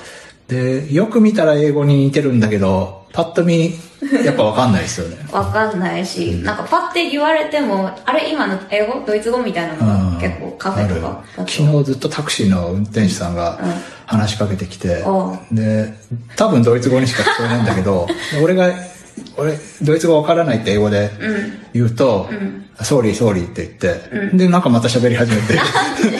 A: で、よく見たら英語に似てるんだけど、パッと見、やっぱわかんないですよね。
B: う。わかんないし、なんかパって言われても、あれ今の英語ドイツ語みたいな
A: う
B: のが
A: ん
B: 結構カフェとか
A: あ
B: だ
A: る
B: と。
A: 昨日ずっとタクシーの運転手さんが
B: うん
A: 話しかけてきて、
B: お
A: で、多分ドイツ語にしか聞こえないんだけど、で俺が、俺、ドイツ語わからないって英語で言うと、ソーリーソーリーって言って、で、なんかまた喋り始めて、 (laughs)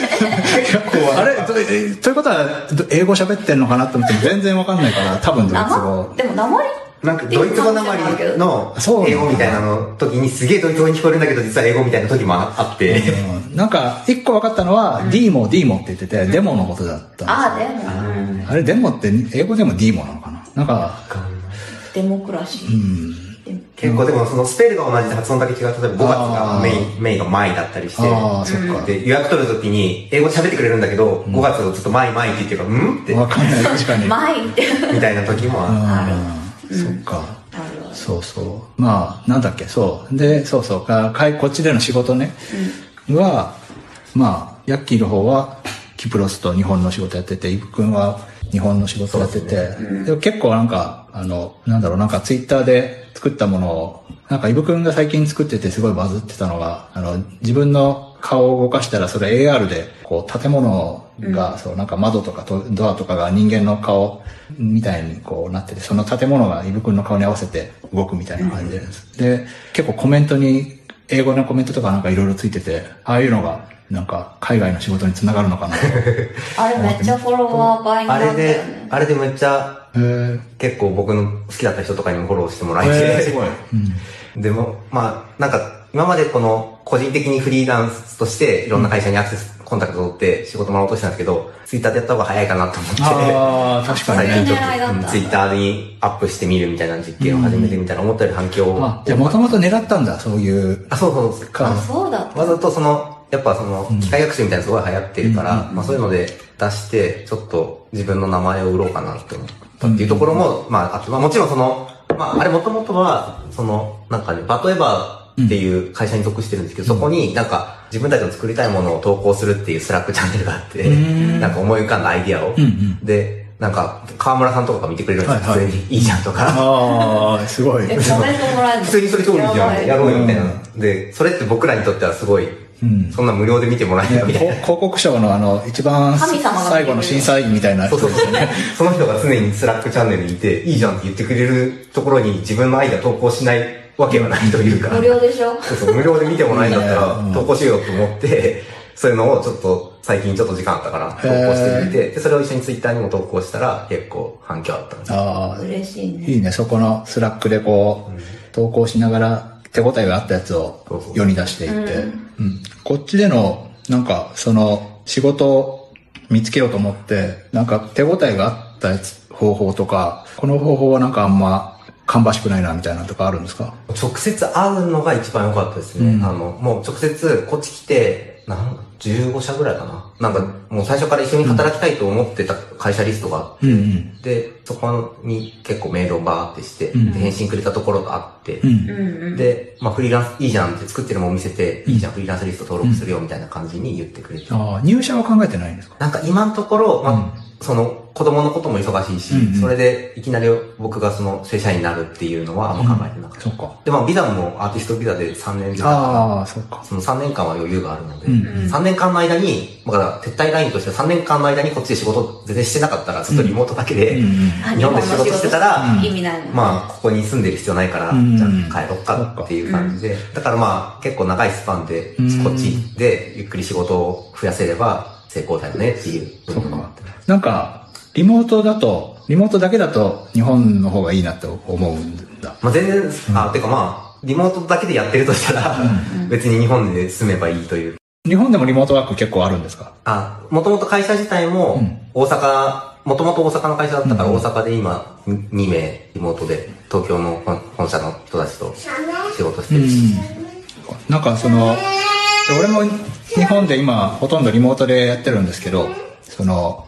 A: あれどえということは、ど英語喋ってんのかなと思っても全然わかんないから、多分ドイツ
B: 生
A: 語。
B: でも生り
C: なんかドイツ語なまりの
A: そう
C: 英語みたいなの時にすげえドイツ語に聞こえるんだけど実は英語みたいな時もあって、
A: うんなんか、一個分かったのは、D も D もって言ってて、デモのことだったんですよ
B: ああ、でも、
A: あれ、デモって、英語でも D もなのかななんか、
B: デモクラシ
A: う
B: ー。
A: ん。
B: でも
C: 結構でもそのスペルが同じで発音だけ違う例えば5月
A: あ
C: が
A: ー
C: メインメインが前だったりして
A: ああ、そっか。
C: で予約取る時に英語喋ってくれるんだけど、5月をずっと前前って言ってるからうんって
A: わかんない、確
B: (laughs)
A: かに。
B: 前って。
C: みたいな時もあ
A: うん。そっか。
B: あるわ
A: そうそう。まあ、なんだっけ、そう。で、そうそう。かかいこっちでの仕事ね。は、まあ、ヤッキーの方は、キプロスと日本の仕事やってて、イブ君は日本の仕事やってて、で,、結構なんか、あの、なんだろう、なんかツイッターで作ったものを、なんかイブ君が最近作っててすごいバズってたのが、あの、自分の顔を動かしたらそれ AR で、こう、建物が、そう、なんか窓とかとドアとかが人間の顔みたいにこうなってて、その建物がイブ君の顔に合わせて動くみたいな感じです。で、結構コメントに、英語のコメントとかなんかいろいろついてて、ああいうのが、なんか海外の仕事につながるの
C: (laughs)
A: かなと。へ
B: あれめっちゃフォロワー倍に
C: るあ
B: な
C: れ
B: ったよ
C: で
B: ね。
C: あれでめっちゃ
A: え。
C: 結構僕の好きだった人とかにもフォローしてもらえて、
A: へえすごい。うん。
C: でも、まあ、なんか、今までこの、個人的にフリーランスとして、いろんな会社にアクセス、コンタクト取って仕事もらおうとしたんですけど、ツイッターでやった方が早いかなと思って、
A: ああ、確かに
C: 最
A: ね。
C: 近ちょ
B: 狙いだった
C: っと、ツイッターにアップしてみるみたいな実験を始めてみたら、思ったより反響を。
A: あ、じゃあもともと狙ったんだ、そういう。
C: あ、そうそうそう。
A: か
B: あ、そうだった。
C: わざとその、やっぱその
A: ん、
C: 機械学習みたいなのすごい流行ってるから、まあそういうので出して、ちょっと自分の名前を売ろうかなって思ったっていうところも、まああって、まあもちろんその、まああれもともとは、その、なんかね、バトエバーっていう会社に属してるんですけど、そこになんか自分たちの作りたいものを投稿するっていうスラックチャンネルがあって、
A: うん
C: なんか思い浮かんだアイディアを
A: うんうん。
C: で、なんか河村さんとかが見てくれるんですよ。
A: はいはい
C: 普通にいいじゃんとか。
A: ああ、すごい。
B: え、コメントもらえるの
C: 普通にそれ通るじ
B: やば
C: ゃん。
B: い
C: やろうよみたいな
A: う。
C: で、それって僕らにとってはすごい、
A: うん
C: そんな無料で見てもらえ
A: ね
C: るみたいな。
A: 広告賞のあの、一番
B: 神様が見てる
A: 最後の審査員みたいな
C: そうそうそう。その人が常にスラックチャンネルにいて、いいじゃんって言ってくれるところに自分のアイデア投稿しないわけはないというか。
B: 無料でしょ
C: そうそう無料で見てもらえるんだった
A: うん
C: ら、投稿しようと思って、そういうのをちょっと、最近ちょっと時間あったから、投稿してみて、で、それを一緒にツイッターにも投稿したら、結構反響あったんですよ。
A: (laughs) ああ、
B: 嬉しいね。
A: いいね、そこのスラックでこ
C: うん
A: う、投稿しながら手応えがあったやつを
C: そうそう
A: 世に出していって、
B: う
A: うんこっちでの、なんか、その、仕事を見つけようと思って、なんか手応えがあったやつ、方法とか、この方法はなんかあんま、芳しくないな、みたいなのとかあるんですか
C: 直接会うのが一番良かったですね。
A: うん
C: あの、もう直接こっち来て、なん15社ぐらいかな。なんかもう最初から一緒に働きたいと思ってた会社リストがあって、
A: うんうん。
C: で、そこに結構メールをバーってして、
A: うん
C: で返信くれたところがあって、
A: うん
B: う。んうん。
C: で、まあフリーランスいいじゃんって作ってるもん見せて、いいじゃんフリーランスリスト登録するよみたいな感じに言ってくれて。
A: ああ、入社は考えてないんですか
C: なんか今のところ、まあ、その子供のことも忙しいし、
A: うんうん
C: それでいきなり僕がその正社員になるっていうのはあんま考えてなかった。
A: そっか。
C: で、まあ、ビザもアーティストビザで3年間、
A: ああ、そっか。
C: その3年間は余裕があるので、
A: うん
B: うん
C: 3年間の間に、だから撤退ラインとして3年間の間にこっちで仕事全然してなかったら、ずっとリモートだけ
A: うん
C: で、
A: うん。
B: あ
C: 日本で仕事してたら
B: 日本の仕事意味ないもん。
C: まあ、ここに住んでる必要ないから、
A: うん
C: じゃあ帰ろっかっていう感じで、だからまあ、結構長いスパンで
A: うん、
C: こっちでゆっくり仕事を増やせれば成功だよねっていう部分もあって。
A: なんか、リモートだと、リモートだけだと日本の方がいいなと思うんだ。
C: まあ、全然、あ、てかまあ、リモートだけでやってるとしたら、別に日本で住めばいいという。
A: 日本でもリモートワーク結構あるんですか
C: あ、もともと会社自体も
A: うん、
C: 大阪、もともと大阪の会社だったから、
A: うん
C: 大阪で今、2名リモートで、東京の本本社の人たちと仕事してるし。
A: なんかその、俺も日本で今ほとんどリモートでやってるんですけど、その、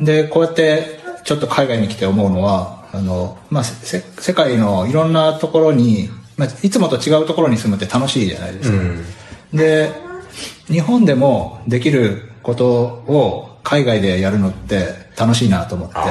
A: で、こうやってちょっと海外に来て思うのは、あの、まあ、せ世界のいろんなところに、まあ、いつもと違うところに住むって楽しいじゃないです
C: う
A: か。
C: ん。
A: で、日本でもできることを海外でやるのって楽しいなと思って。
C: あ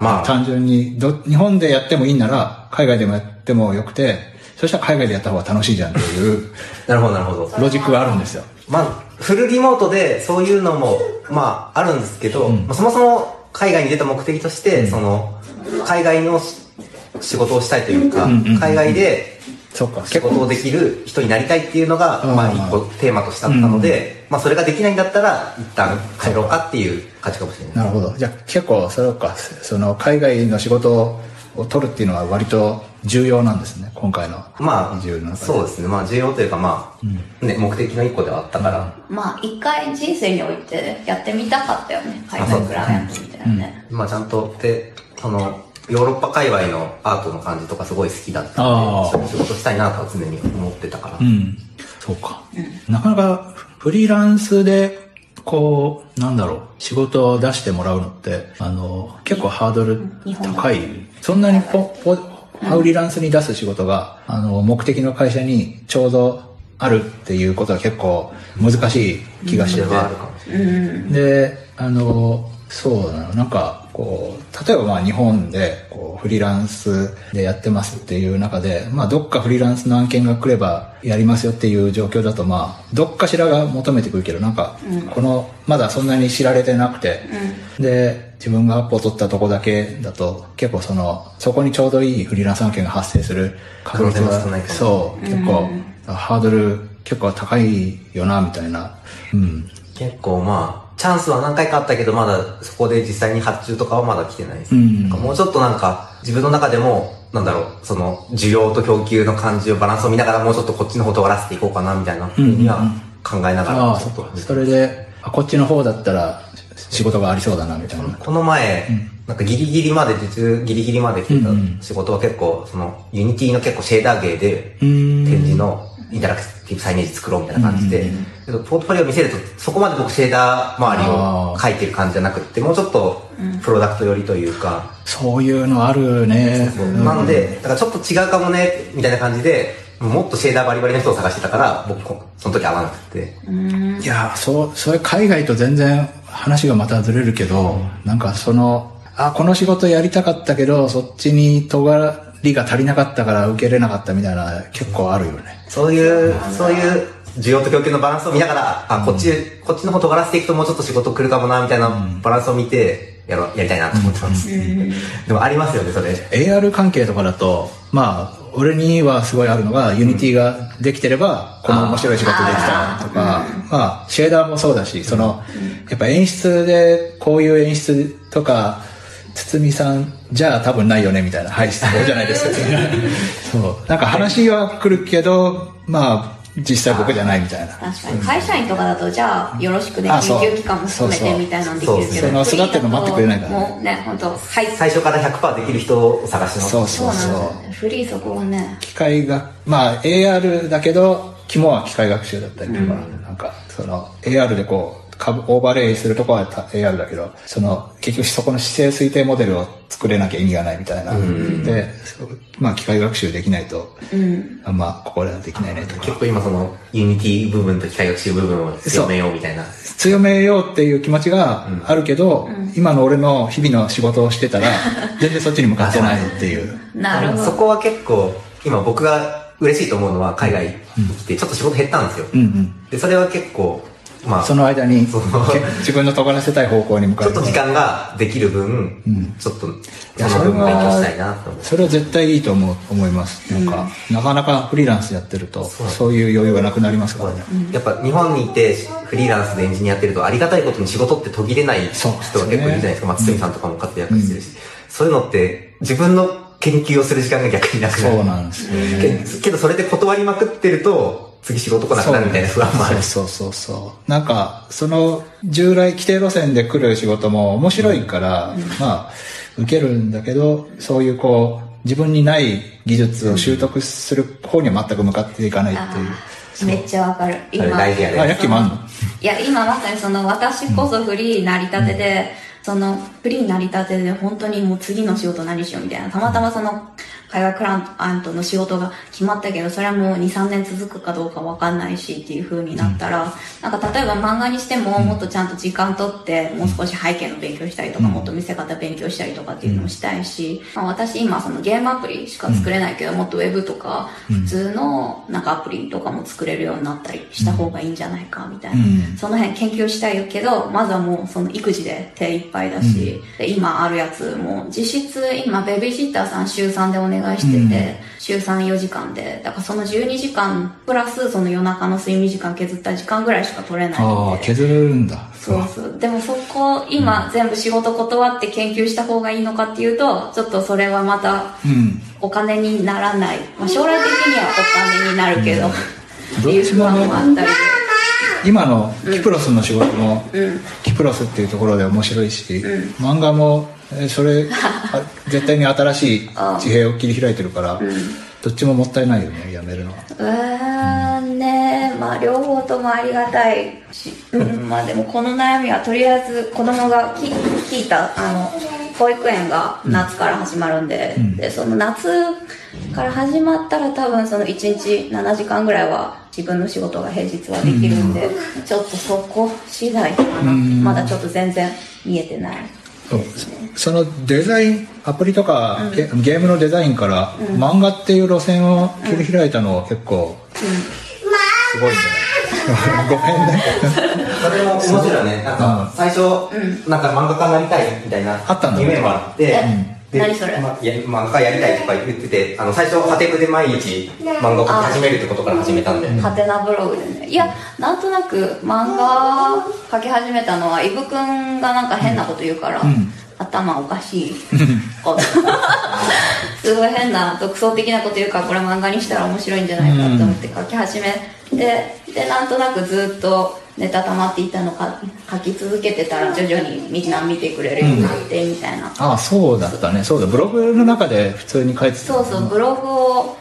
C: ーまあ
A: 単純にど、日本でやってもいいなら、海外でもやってもよくて、そしたら海外でやった方が楽しいじゃんって (laughs) いう
C: なるほど、なるほど。
A: ロジックがあるんですよ。
C: まあ、フルリモートでそういうのも、まあ、あるんですけど、
A: ん
C: まあそもそも海外に出た目的として、その、海外のし仕事をしたいというか、
A: うんうんうん
C: 海外で
A: そっか、
C: 仕
A: 結構。
C: 事をできる人になりたいっていうのが、
A: うん
C: まあ、一個テーマとしてあったので、まあ、それができないんだったら、一旦帰ろうかっていう価値かもしれない。
A: なるほど。じゃあ結構、それか、その海外の仕事を取るっていうのは割と重要なんですね、今回の
C: ま
A: 移住の中
C: あ、
A: で。
C: そうですね。まあ、重要というか、まあ、ね、目的の一個ではあったから、
B: まあ、一回人生においてやってみたかったよね。海外クライアントみたいなね。
C: まあちゃんと、で、その、ヨーロッパ界隈のアートの感じとかすごい好きだった
A: あ
C: の
A: ー
C: で、仕事したいなとは常に思ってたから。
A: うん。そうか。なかなかフリーランスで、こう、なんだろう、仕事を出してもらうのって、あの、結構ハードル
B: 日本
A: 高い。そんなにポ、ポ、フリーランスに出す仕事が、あの、目的の会社にちょうどあるっていうことは結構難しい気がし
C: そ
A: て
C: れ
A: て。
C: はあるかもしれない。
A: であのそうなのなんかこう例えばまあ日本でこうフリーランスでやってますっていう中で、まあ、どっかフリーランスの案件が来ればやりますよっていう状況だとまあどっかしらが求めてくるけどなんかこのまだそんなに知られてなくて、で自分がアポ取ったとこだけだと結構そのそこにちょうどいいフリーランス案件が発生する可能性
C: 可能性も少ない
A: が
C: かも
A: そう結構ハードル結構高いよなみたいな、うん、
C: 結構まあ、チャンスは何回かあったけど、まだそこで実際に発注とかはまだ来てないです。
A: うん
C: なんかもうちょっとなんか、自分の中でも、なんだろう、その、需要と供給の感じをバランスを見ながら、もうちょっとこっちの方とがらせていこうかな、みたいなふうには考えなが
A: あ
C: ら、
A: あ
C: ち
A: そ
C: ょっ
A: っ
C: と
A: かそれであこっちの方だったら仕事がありそうだなみたいな
C: この前、なんかギリギリまで、実ギリギリまで来てた仕事は結構、その、ユニティの結構シェーダー芸で、
A: ん
C: 展示のインタラクティブサイネージ作ろうみたいな感じで、けどポートフォリオ見せると、そこまで僕シェーダー周り
A: あ
C: を
A: ー
C: 書いてる感じじゃなくって、もうちょっとプロダクト寄りというか、
A: そういうのあるねうん
C: なので、だからちょっと違うかもね、みたいな感じで、もっとシェーダーバリバリの人を探してたから、僕、こその時合わなくて。
A: いやそうそれ海外と全然話がまたずれるけどなんかそのあこの仕事やりたかったけどそっちに尖りが足りなかったから受けれなかったみたいな結構あるよね
C: そういう、そういう需要と供給のバランスを見ながら、あ、こっち、こっちの方尖らせていくともうちょっと仕事来るかもな、みたいなバランスを見て、やろ、やりたいなと思ってます。 (laughs) でもありますよね、それ。
A: AR 関係とかだとまあ俺にはすごいあるのが、ユニティができてれば、この面白い仕事できたとか、まあ、シェーダーもそうだし、その、やっぱ演出で、こういう演出とか、堤さんじゃあ多分ないよね、みたいな、はい、そうじゃないですか、 (laughs) そう。なんか話は来るけど、まあ、実際僕じゃないみたいな。
B: 確かに。会社員とかだと、じゃあ、よろしくで、
A: あそう
B: 研究期間も含め
A: そう
B: て
A: そう
B: みたいなのできるけど。
A: そうその育ってるの待ってくれないからね
B: もうね、本当はい。
C: 最初から100%できる人を探してます。
A: そう
B: そ
A: そう
B: うなんだ
A: そう
B: よ。ね。フリーそこはね。
A: 機械学まあ AR だけど肝は機械学習だったりとか、なんかその AR でこう株オーバーレイするとこはた AR だけどその結局そこの姿勢推定モデルを作れなきゃ意味がないみたいな、でそうまあ機械学習できないと、あんまここではできないねとか
C: 結構今その、ユニティ部分と機械学習部分を強めようみたいな。
A: 強めようっていう気持ちがあるけど、今の俺の日々の仕事をして
C: (laughs)
A: たら全然そっちに向かってないっていう
B: なるほ
C: そ
B: ど。
C: こは結構、今僕が嬉しいと思うのは、海外に来て、ちょっと仕事減ったんですよ。
A: うんうん
C: で、それは結構、まあ
A: その間に
C: (laughs) そう
A: け自分の尖らせたい方向に向か
C: ちょ
A: う
C: っと時間ができる分、
A: ん
C: ちょっと、その
A: いやそれ
C: 分勉強したいな
A: は
C: と思って。
A: それは絶対いいと思う思いますなんか、なかなかフリーランスやってると
C: そう
A: そういう余裕がなくなりますからね
C: やっぱ日本にいてフリーランスでエンジニアやってるとありがたいことに仕事って途切れない人
A: そう
C: が結構いるじゃないですか。松住さんとかも活躍してるし。そういうのって自分の研究をする時間が逆になくな
A: そう
C: る。
A: なんですよね
C: けけどそれで断りまくってると次仕事来なくなるみたいな不安もあるし。
A: そうそうそうそうなんかその従来規定路線で来る仕事も面白いから、まあ受けるんだけどそういうこう自分にない技術を習得する方には全く向かっていかないっていう、
B: あーめっちゃわかる今
C: それ大事やね
A: あヤッキーもあんの
B: いや今まさにその私こそフリーなりたてで、そのフリーなりたてで本当にもう次の仕事何しようみたいなたまたまその海外クライアントの仕事が決まったけどそれはもう23年続くかどうかわかんないしっていう風になったら、なんか例えば漫画にしてももっとちゃんと時間取ってもう少し背景の勉強したりとか、もっと見せ方勉強したりとかっていうのもしたいし、まあ、私今そのゲームアプリしか作れないけど、もっとウェブとか普通のなんかアプリとかも作れるようになったりした方がいいんじゃないかみたいな。
A: うん
B: その辺研究したいけど、まずはもうその育児で手いっぱいだし、で今あるやつも、実質今ベビーシッターさん週3でお願いしてて、週3、4時間で、だからその12時間、プラスその夜中の睡眠時間削った時間ぐらいしか取れない
A: あ
B: の
A: あ
B: で。
A: 削れるんだ
B: そうそう。でもそこ、今全部仕事断って研究した方がいいのかっていうと、ちょっとそれはまた
A: うん
B: お金にならない。まあ将来的にはお金になるけど、って
A: ど
B: い
A: っ
B: う
A: ち
B: 不
A: もね
B: 安もあったりで。
A: 今のキプロスの仕事も、
B: うん
A: キプロスっていうところで面白いし、
B: うん
A: 漫画もえーそ
B: (laughs)
A: れあ絶対に新しい
B: あー
A: 地平を切り開いてるから、
B: ん
A: どっちももったいないよねやめるのは
B: うーんねまあ両方ともありがたいし、
A: (laughs)
B: うん、まあでもこの悩みはとりあえず子供がき聞いたあの保育園が夏から始まるんで、
A: ん
B: でその夏から始まったら多分その1日7時間ぐらいは自分の仕事が平日はできるんで、ちょっとそこ次第かな、
A: うん
B: まだちょっと全然見えてない
A: そうそのデザインアプリとか、ゲゲームのデザインから、漫画っていう路線を切り開いたのは結構すごいんじゃない (laughs) ごめんね
C: それも面白いよね。なんか、最初、なんか漫画家になりたいみたいな
A: あったんだ
C: 夢もあって、
B: え
C: で
B: 何それ
C: まや漫画家やりたいとか言ってて、あの、最初、ハテブで毎日漫画を描き始めるってことから始めたんで。
B: ハテナブログでねいやなんとなく漫画描き始めたのはイブくんがなんか変なこと言うから、
A: ん
B: 頭おかしいこと (laughs) すごい変な独創的なこと言うからこれ漫画にしたら面白いんじゃないかと思って描き始めてでなんとなくずっとネタ溜まっていたのか描き続けてたら徐々にみんな見てくれるようになってみたいな、
A: ああそうだったねそうだブログの中で普通に書いてた
B: そうそう、ブログを、もう、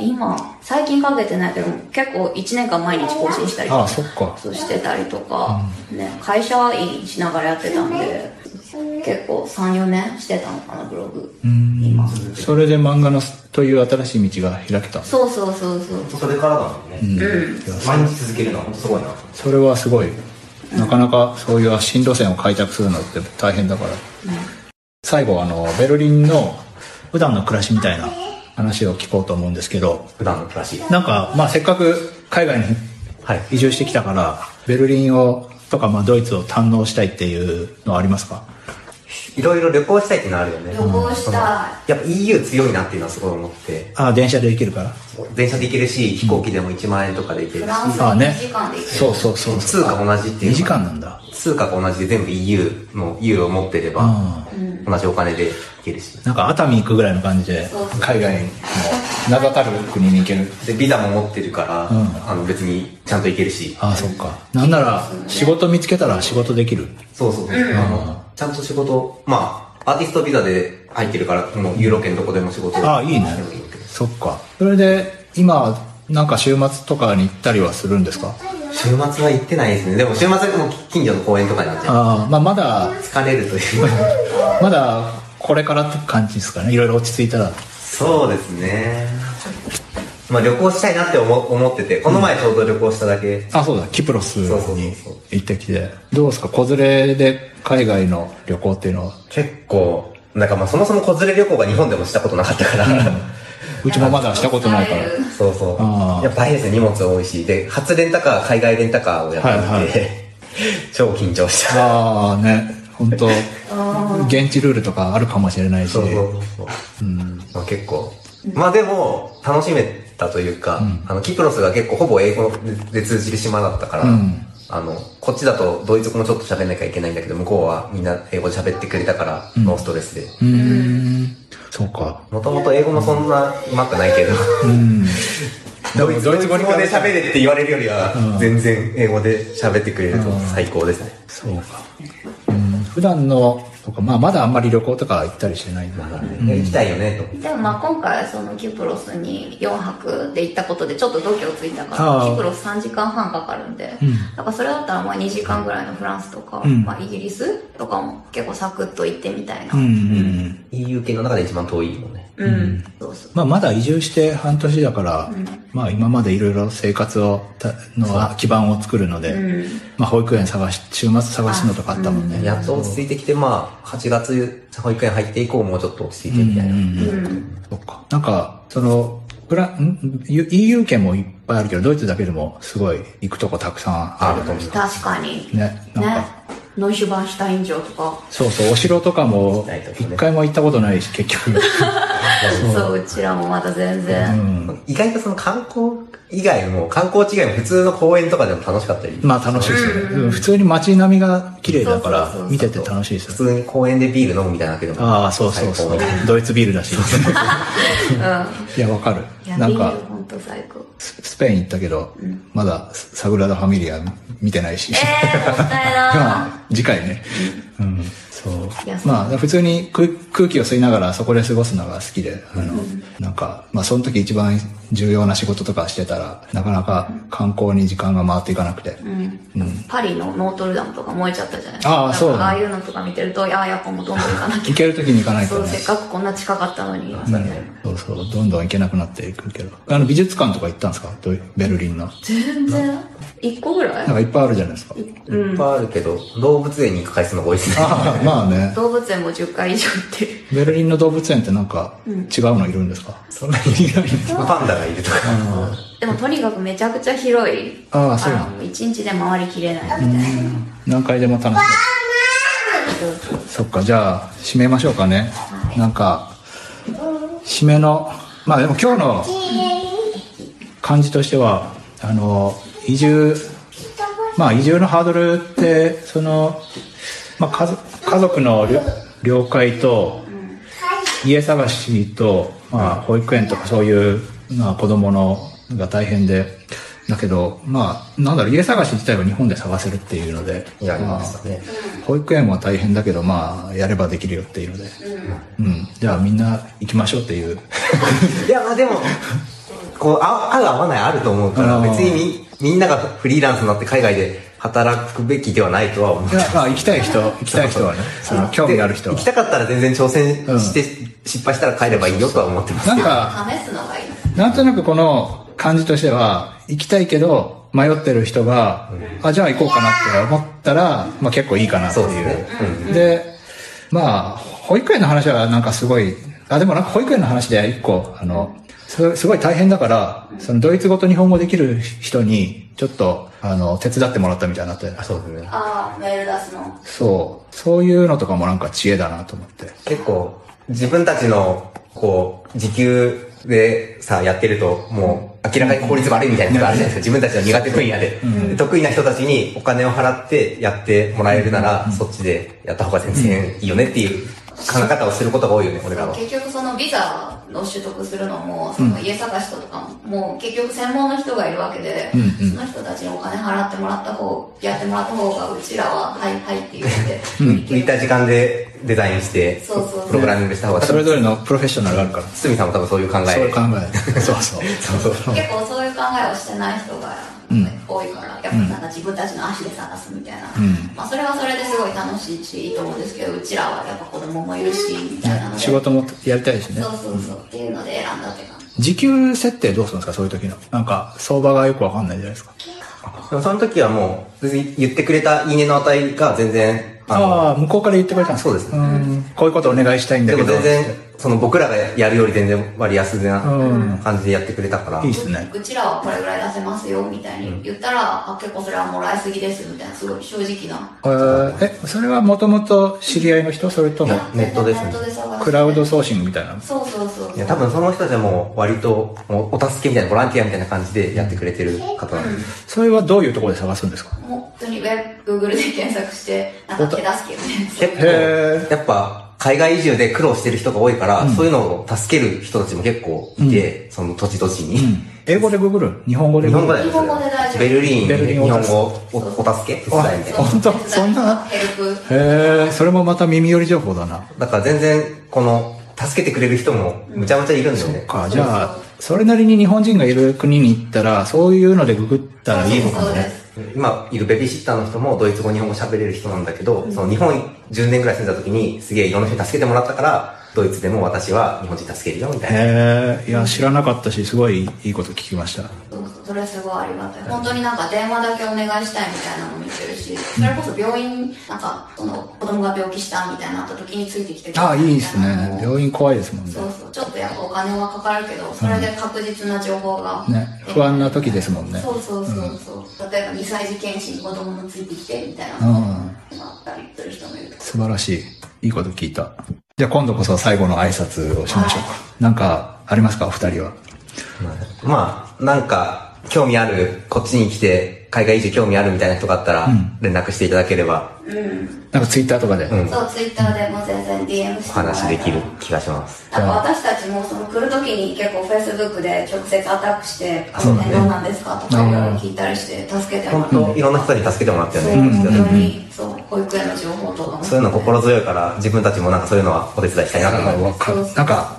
B: 今、最近かけてないけど、結構1年間毎日更新したりと
A: ああ
B: か、
A: そっか
B: そうしてたりとか、ね、会社員しながらやってたんで、結構3、4年してたのかな、ブログ。今。
A: それで漫画のという新しい道が開けた
B: そうそうそうそう。
C: それからだもんね。
B: うん。
C: 毎日続けるのは本当すごいな。
A: それはすごいなかなかそういう新路線を開拓するのって大変だから、最後あのベルリンの普段の暮らしみたいな話を聞こうと思うんですけど
C: 普段の暮らし。
A: なんかまあせっかく海外に
C: はい。
A: 移住してきたからベルリンをとかまあドイツを堪能したいっていうのはありますか
C: いろいろ旅行したいっていうのはあるよね。
B: 旅行した
C: やっぱ EU 強いなっていうのはすごい思って、
A: ああ電車で行けるから
C: 電車で行けるし、飛行機でも1万円とかで行ける
B: フ
C: し、
B: ランス
A: ああね
B: 2時間で行ける。
A: そうそうそう
C: 通貨同じっていう
A: 2時間なんだ
C: 通貨が同じで全部 EU の U を持ってれ
A: あ
C: ば、同じお金で行けるし。
A: なんか熱海行くぐらいの感じで
B: そうそう
A: 海外の名だたる国に行ける
C: で、ビザも持ってるから、
A: うん
C: あの別にちゃんと行けるし。
A: ああそっかなんなら仕事見つけたら仕事できる
C: そうそうそう。あの、ちゃんと仕事、まあ、アーティストビザで入ってるから、このユーロ圏どこでも仕事
A: ああいいね
C: でもいいわけです
A: そっかそれで今なんか週末とかに行ったりはするんですか
C: 週末は行ってないですね。でも週末はもう近所の公園とかになっちゃう。
A: ああまあまだ
C: 疲れるという。
A: まだこれからって感じですかねいろいろ落ち着いたら
C: そうですね。まあ旅行したいなって思思ってて、この前ちょうど旅行しただけ。
A: あそうだキプロス
C: そうそう
A: に
C: そうそう
A: 行ってきてどうですか子連れで海外の旅行っていうのは
C: 結構、なんかまあそもそも子連れ旅行が日本でもしたことなかったから、
A: うちもまだしたことないから。
C: そうそう
A: あ。ー
C: いや、大変ですね、荷物多いし。で、初レンタカー、海外レンタカーをや
A: はい
C: っていて、 (laughs) 超緊張した。
A: ああ、ね、本 (laughs) 当現地ルールとかあるかもしれないし。
C: そうそうそう。
A: うん。
C: まあ、結構。まあでも、楽しめたというか、あの、キプロスが結構ほぼ英語で通じる島だったから、
A: うん
C: あの、こっちだとドイツ語もちょっと喋んなきゃいけないんだけど、向こうはみんな英語で喋ってくれたから、ノーストレスで。
A: うーん。そうか。
C: もともと英語もそんなうまくないけど、
A: うん。
C: (laughs) ドイツドイツ語で喋れって言われるよりは、全然英語で喋ってくれると最高ですね。
A: そうか。うん。普段の、とか、まあまだあんまり旅行とか行ったりしてないんだからね。
C: いや行きたいよね、と。
B: でもまあ今回そのキプロスに4泊で行ったことでちょっと度胸ついたか
A: あ
B: ら
A: ー
B: キプロス3時間半かかるんで、だからそれだったらまあ2時間ぐらいのフランスとか、
A: ん
B: まあ、イギリスとかも結構サクッと行ってみたいな
A: うんうん。
C: EU 圏の中で一番遠いもんね。
B: うん、そうそう
A: まあまだ移住して半年だから、まあ今までいろいろ生活をた、の基盤を作るので、
B: うん
A: まあ保育園探し、週末探すのとかあったもんね。
C: やっと落ち着いてきて、まあ、8月、保育園入って以降、もうちょっと落ち着いてみたいな。
B: うん
A: そっか。なんか、その、プラ、ん EU EU 圏もいっぱいあるけど、ドイツだけでもすごい行くとこたくさんあると思う。
B: 確かにね
A: ね、なんか、
B: ノイシュバンシュタイン城とか
A: そうそう、お城とかも
C: きたいとこね
A: 一回も行ったことないし、結局。
B: そううちらもまだ全然、
C: 意外とその観光以外も、観光地以外も普通の公園とかでも楽しかったり、
A: まあ楽しいですよね。うん普通に街並みが綺麗だか
B: そうそう
A: ら
B: そうそ、う
A: 見てて楽しいです
C: 普
A: よね。
C: 通に公園でビール飲むみたいなだけども、
A: ああ、そうそうそ
C: 最
A: う
C: 高みたい。
A: ドイツビールだし。
B: うん、い
A: いや、わかる。
B: や
A: な
B: ビ
A: ん
B: ー
A: か
B: ル、本当最高
A: ススペイン行ったけど、まだサグラダ・ファミリア見てないし。
B: えー、もったいな
A: (laughs) ま
B: い
A: あ、次回ね。うん、そう
B: いや。そう
A: まあ、普通に空空気を吸いながらそこで過ごすのが好きで、あの、なんか、まあ、その時一番重要な仕事とかしてたら、なかなか観光に時間が回っていかなくて。
B: うん、パリのノートルダムとか燃えちゃったじゃないですか
A: ああ
B: なんか
A: そうだね
B: ああいうのとか見てるといややっぱもうどんどん行かなき
A: 行ける時に行かな
B: ゃ
A: いと
B: そう
A: ね
B: せ。っかくこんな近かったのに、
A: うんそうそう、どんどん行けなくなっていくけど。あの、美術館とか行ったんですかどういうベルリンの。
B: 全然1個ぐら
A: なん
B: い
A: かいっぱいあるじゃないですか。
C: いっぱいあるけど、動物園に行く回数の方が多いですね。
A: ああ、まあね。
B: 動物園も10回以上行ってる
A: ベルリンの動物園ってなんか違うのいるんですか、
C: そんなにいないパンダがいるとか。
B: でもとにかくめちゃくちゃ広い
A: ああそう
B: からもう1日で回りきれないみたいな
A: 何回でも楽しい。そっか、じゃあ、締めましょうかね。なんか、締めの、まあでも今日の感じとしては、あの、移住、まあ移住のハードルって、その、まあ家族家族の了了解と、家探しと、まあ保育園とかそういう、まあ子供のが大変で、だけど、まあ、なんだろう、家探し自体は日本で探せるっていうので、
C: やりましたね。
A: 保育園は大変だけどまあやればできるよっていうので、うんじゃあみんな行きましょうって
C: (laughs)
A: いう
C: いや、まあでも、こう、あ合う合わないあると思うから、
A: あー
C: 別にみみんながフリーランスになって海外で働くべきではないとは思う
A: い。やまあ行きたい人行きたい人はねその興味ある人
C: で
A: は
C: 行きたかったら全然挑戦して、失敗したら帰ればいいよとは思ってます
A: な
C: け
A: ん
C: ど。
A: か
B: 試すのがいい
A: なんとなくこの感じとしては行きたいけど迷ってる人が、あじゃあ行こうかなって思ったら、まあ、結構いいかなってい
C: そう
A: う
C: ですね。うん。
A: で、まあ、保育園の話はなんかすごい、あ、でもなんか保育園の話で一個、あの、すすごい大変だから、そのドイツ語と日本語できる人に、ちょっと、あの、手伝ってもらったみたいになって、
C: あそうですね。
B: ああメール出すの
A: そう、そういうのとかもなんか知恵だなと思って。
C: 結構、自分たちの、こう、時給でさ、やってると、もう、明らかに効率悪いみたいなのがあるじゃないですか。自分たちの苦手分野で。で得意な人たちにお金を払ってやってもらえるなら、そっちでやった方が全然いいよねっていう考え方をすることが多いよね、俺らは。
B: 結局そのビザを取得するのもその家探しとかも,、もう結局専門の人がいるわけで、その人たちにお金払ってもらった方やってもらった方がうちらははいはいって言って、
C: (laughs) 浮いた時間でデザインして
B: そうそうそう、
C: プログラミングした方が、
A: それぞれのプロフェッショナルがあるから、
C: 堤さんも多分そういう考え。
A: そういう考え。そう (laughs) そう。
C: そうそう。
B: 結構そういう考えをしてない人が多いから、やっぱなんか自分たちの足で探すみたいな、まあ、それはそれですごい楽しいしいいと思うんですけどうちらはやっぱ子供もいるしみたいなので
A: 仕事もやりたいしね
B: そ。うそうそうっていうので選んだって感じ
A: 時給設定どうするんですかそういう時の。なんか、相場がよくわかんないじゃないですか。
C: でもその時はもう、別に言ってくれたいいねの値が全然、の
A: ああ、向こうから言ってくれたんですか
C: そうですね
A: んこういうことお願いしたいん
C: で
A: だけ
C: も
A: ど。
C: 全然その僕らがやるより全然割安な
A: うん
C: 感じでやってくれたから
A: いい、っすね。
B: うちらはこれぐらい出せますよみたいに言ったら、あ結構それはもらいすぎですみたいなすごい正直な
A: えーえ、それはもともと知り合いの人それとも
C: ネットですね
B: ネットで探して
A: クラウドソーシングみたいな。
B: そうそうそう
C: いや多分その人たちはもう割ともうお助けみたいなボランティアみたいな感じでやってくれてる方なんで
A: それはどういうところで探すんですか
B: 本当にウェブ Google で検索してなんか手助けみたい
C: 結
B: な
C: 構
A: へー
C: やっぱ海外移住で苦労してる人が多いから、そういうのを助ける人たちも結構いて、その土地土地に、
A: 英語でググる日本語で
C: 日
A: グ
C: 本語
A: グ
C: だ
A: る
C: よね
B: 日本語で大丈夫
C: ベルリン
A: ベルリ
C: で
A: ン
C: 日
A: を
C: 本語おお助け手伝いみたいな
A: あ本当そんな
B: ヘルプ
A: へえ、それもまた耳寄り情報だな。
C: だから全然この助けてくれる人もむちゃむちゃいるんだよね、
A: か、じゃあ、それなりに日本人がいる国に行ったら、そういうのでググったらいいのかも
B: そうで
A: ね。
B: す
C: 今いるベビーシッターの人もドイツ語、日本語喋れる人なんだけど、その日本10年ぐらい住んだ時にすげえいろんな人に助けてもらったから、ドイツでも私は日本人助けるよみたいな。
A: へえ、いや、知らなかったし、すごいいいこと聞きました。
B: そうそうそれすごいありがたい本当になんか電話だけお願いしたいみたいなのも見てるしそれこそ病院なんかその子供が病気したみたいなった時についてきてくれた
A: ああ、いいです
B: みたな
A: ね。
B: のも
A: 病院怖いですもんね
B: そ。うそうちょっとやっぱお金はかかるけどそれで確実な情報が、
A: ね、不安な時ですもんね。
B: そうそうそうそう、例えば2歳児検診子供もついてきてみたいな
A: う
B: のが
A: ん。
B: あったりする人もいると
A: 素晴らしい。いいこと聞いた。じゃあ今度こそ最後の挨拶をしましょうか。なんかありますかお二人は。
C: まあ、なんか興味ある、こっちに来て海外移住興味あるみたいな人があったら
A: ん
C: 連絡していただければ、
B: うん
A: なんかツイッターとかで。
C: うん、
B: そうツイッターでも全然 DM して
C: お
B: もらえたら
C: 話できる気がします。
B: なんか私たちもその来るときに結構フェイスブックで直接アタックして「
C: あそうだね
B: どうなんですか?」とかいろいろ聞いたりして助けてもら
C: 本
B: って、
C: 当、いろんな人に助けてもらったよ
B: そう
C: ね。
B: 本当にそう保育園の情報とかも
C: そういうの心強いから、自分たちもなんかそういうのはお手伝いしたいなと思い
A: わ
C: ます。
A: かるなんか、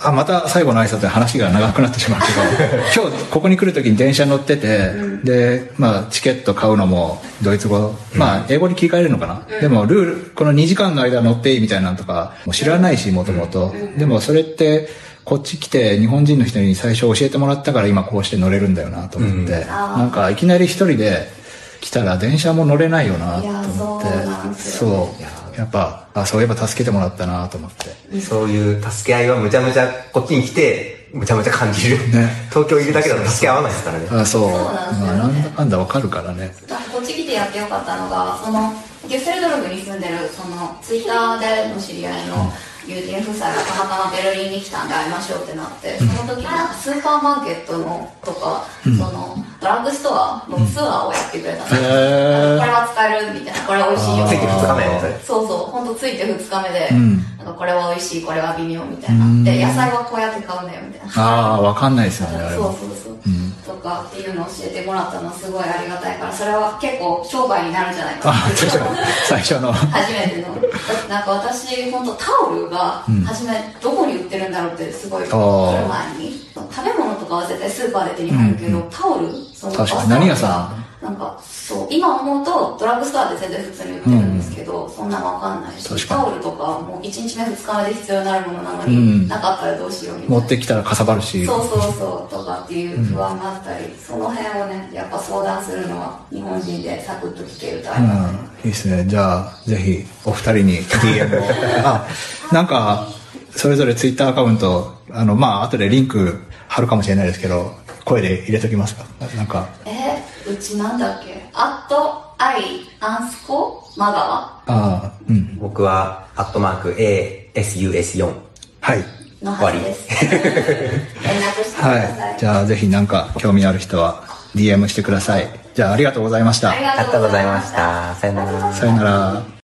A: あ、また最後の挨拶で話が長くなってしまうけど、今日ここに来るときに電車乗ってて、で、まあチケット買うのもドイツ語、まあ英語に切り替えるのかな、でもルール、この2時間の間乗っていいみたいなのとか、もう知らないし、もともと。でもそれって、こっち来て日本人の人に最初教えてもらったから今こうして乗れるんだよなと思って、
B: あー
A: なんかいきなり一人で来たら電車も乗れないよなと思っ
B: いやそうなんで
A: て、
B: すよ
A: そう。やっぱ、あ、そういえば助けてもらったなと思って。
C: そういう助け合いはむちゃむちゃ、こっちに来て、むちゃむちゃ感じる。
A: ね
C: 東京いるだけだと助け合わないですからね。
A: あそう
B: そうなんですよね
A: まあ、なんだかんだわかるからね
B: なんかこっち来てやってよかったのがそのデュッセルドルフに住んでるそのツイッターでの知り合いの友人夫妻がたまたまベルリンに来たんで会いましょうってなってその時になんかスーパーマーケットのとか、そのドラッグストアのツアーをやってくれたんです、
A: へー
B: これは使えるみたいなこれ美味しいよ
C: ついて2日目
A: あー
C: それ。
B: そうそう本当ついて2日目で、
A: うん
B: なんかこれは美味しいこれは微妙みたいなで野菜はこうやって買うんだよみたいな
A: ああわかんないですよねあれ
B: そう
A: は
B: そうそう、
A: うん
B: とかっていうのを教えてもらったのはすごいありがたいからそれは結構商売になるんじゃないかな
A: あ (laughs) 確かに最初の
B: 初めてのなんか私本当タオルが
A: ん
B: 初めどこに売ってるんだろうってすごい
A: ー
B: 来る前に食べ物とかは絶対スーパーで手に入るけど、
A: う
B: タオルその
A: 確かに
B: バスタオルが
A: 何屋さ
B: なんかそう今思うとドラッグストアで全然普通に売ってるんですけど、そんなのわかんない
A: 確
B: し
A: かに
B: タオルとかもう1日目2日目で必要になるものなのに、
A: うん
B: なかったらどうしようみたいな
A: 持ってきたらかさばるし
B: そうそうそうとかっていう不安があったり、その辺をねやっぱ相談するのは日本人でサクッと聞けるとあ
A: う
B: り
A: ん
B: がたい、
A: いいですねじゃあぜひお二人に DM を (laughs) あなんかそれぞれツイッターアカウントあのまあ後でリンク貼るかもしれないですけど声で入れときますかなんか
B: えーうちなんだっけあとアイアンスコマガワ
A: ああうん
C: 僕は、アットマーク ASUS4。
A: はい
B: のはずです (laughs) 連絡してください、
A: はいじゃあぜひなんか興味ある人は DM してくださいじゃあありがとうございました
B: ありがとうございました
C: ありがとうございました。さよなら。
A: さよなら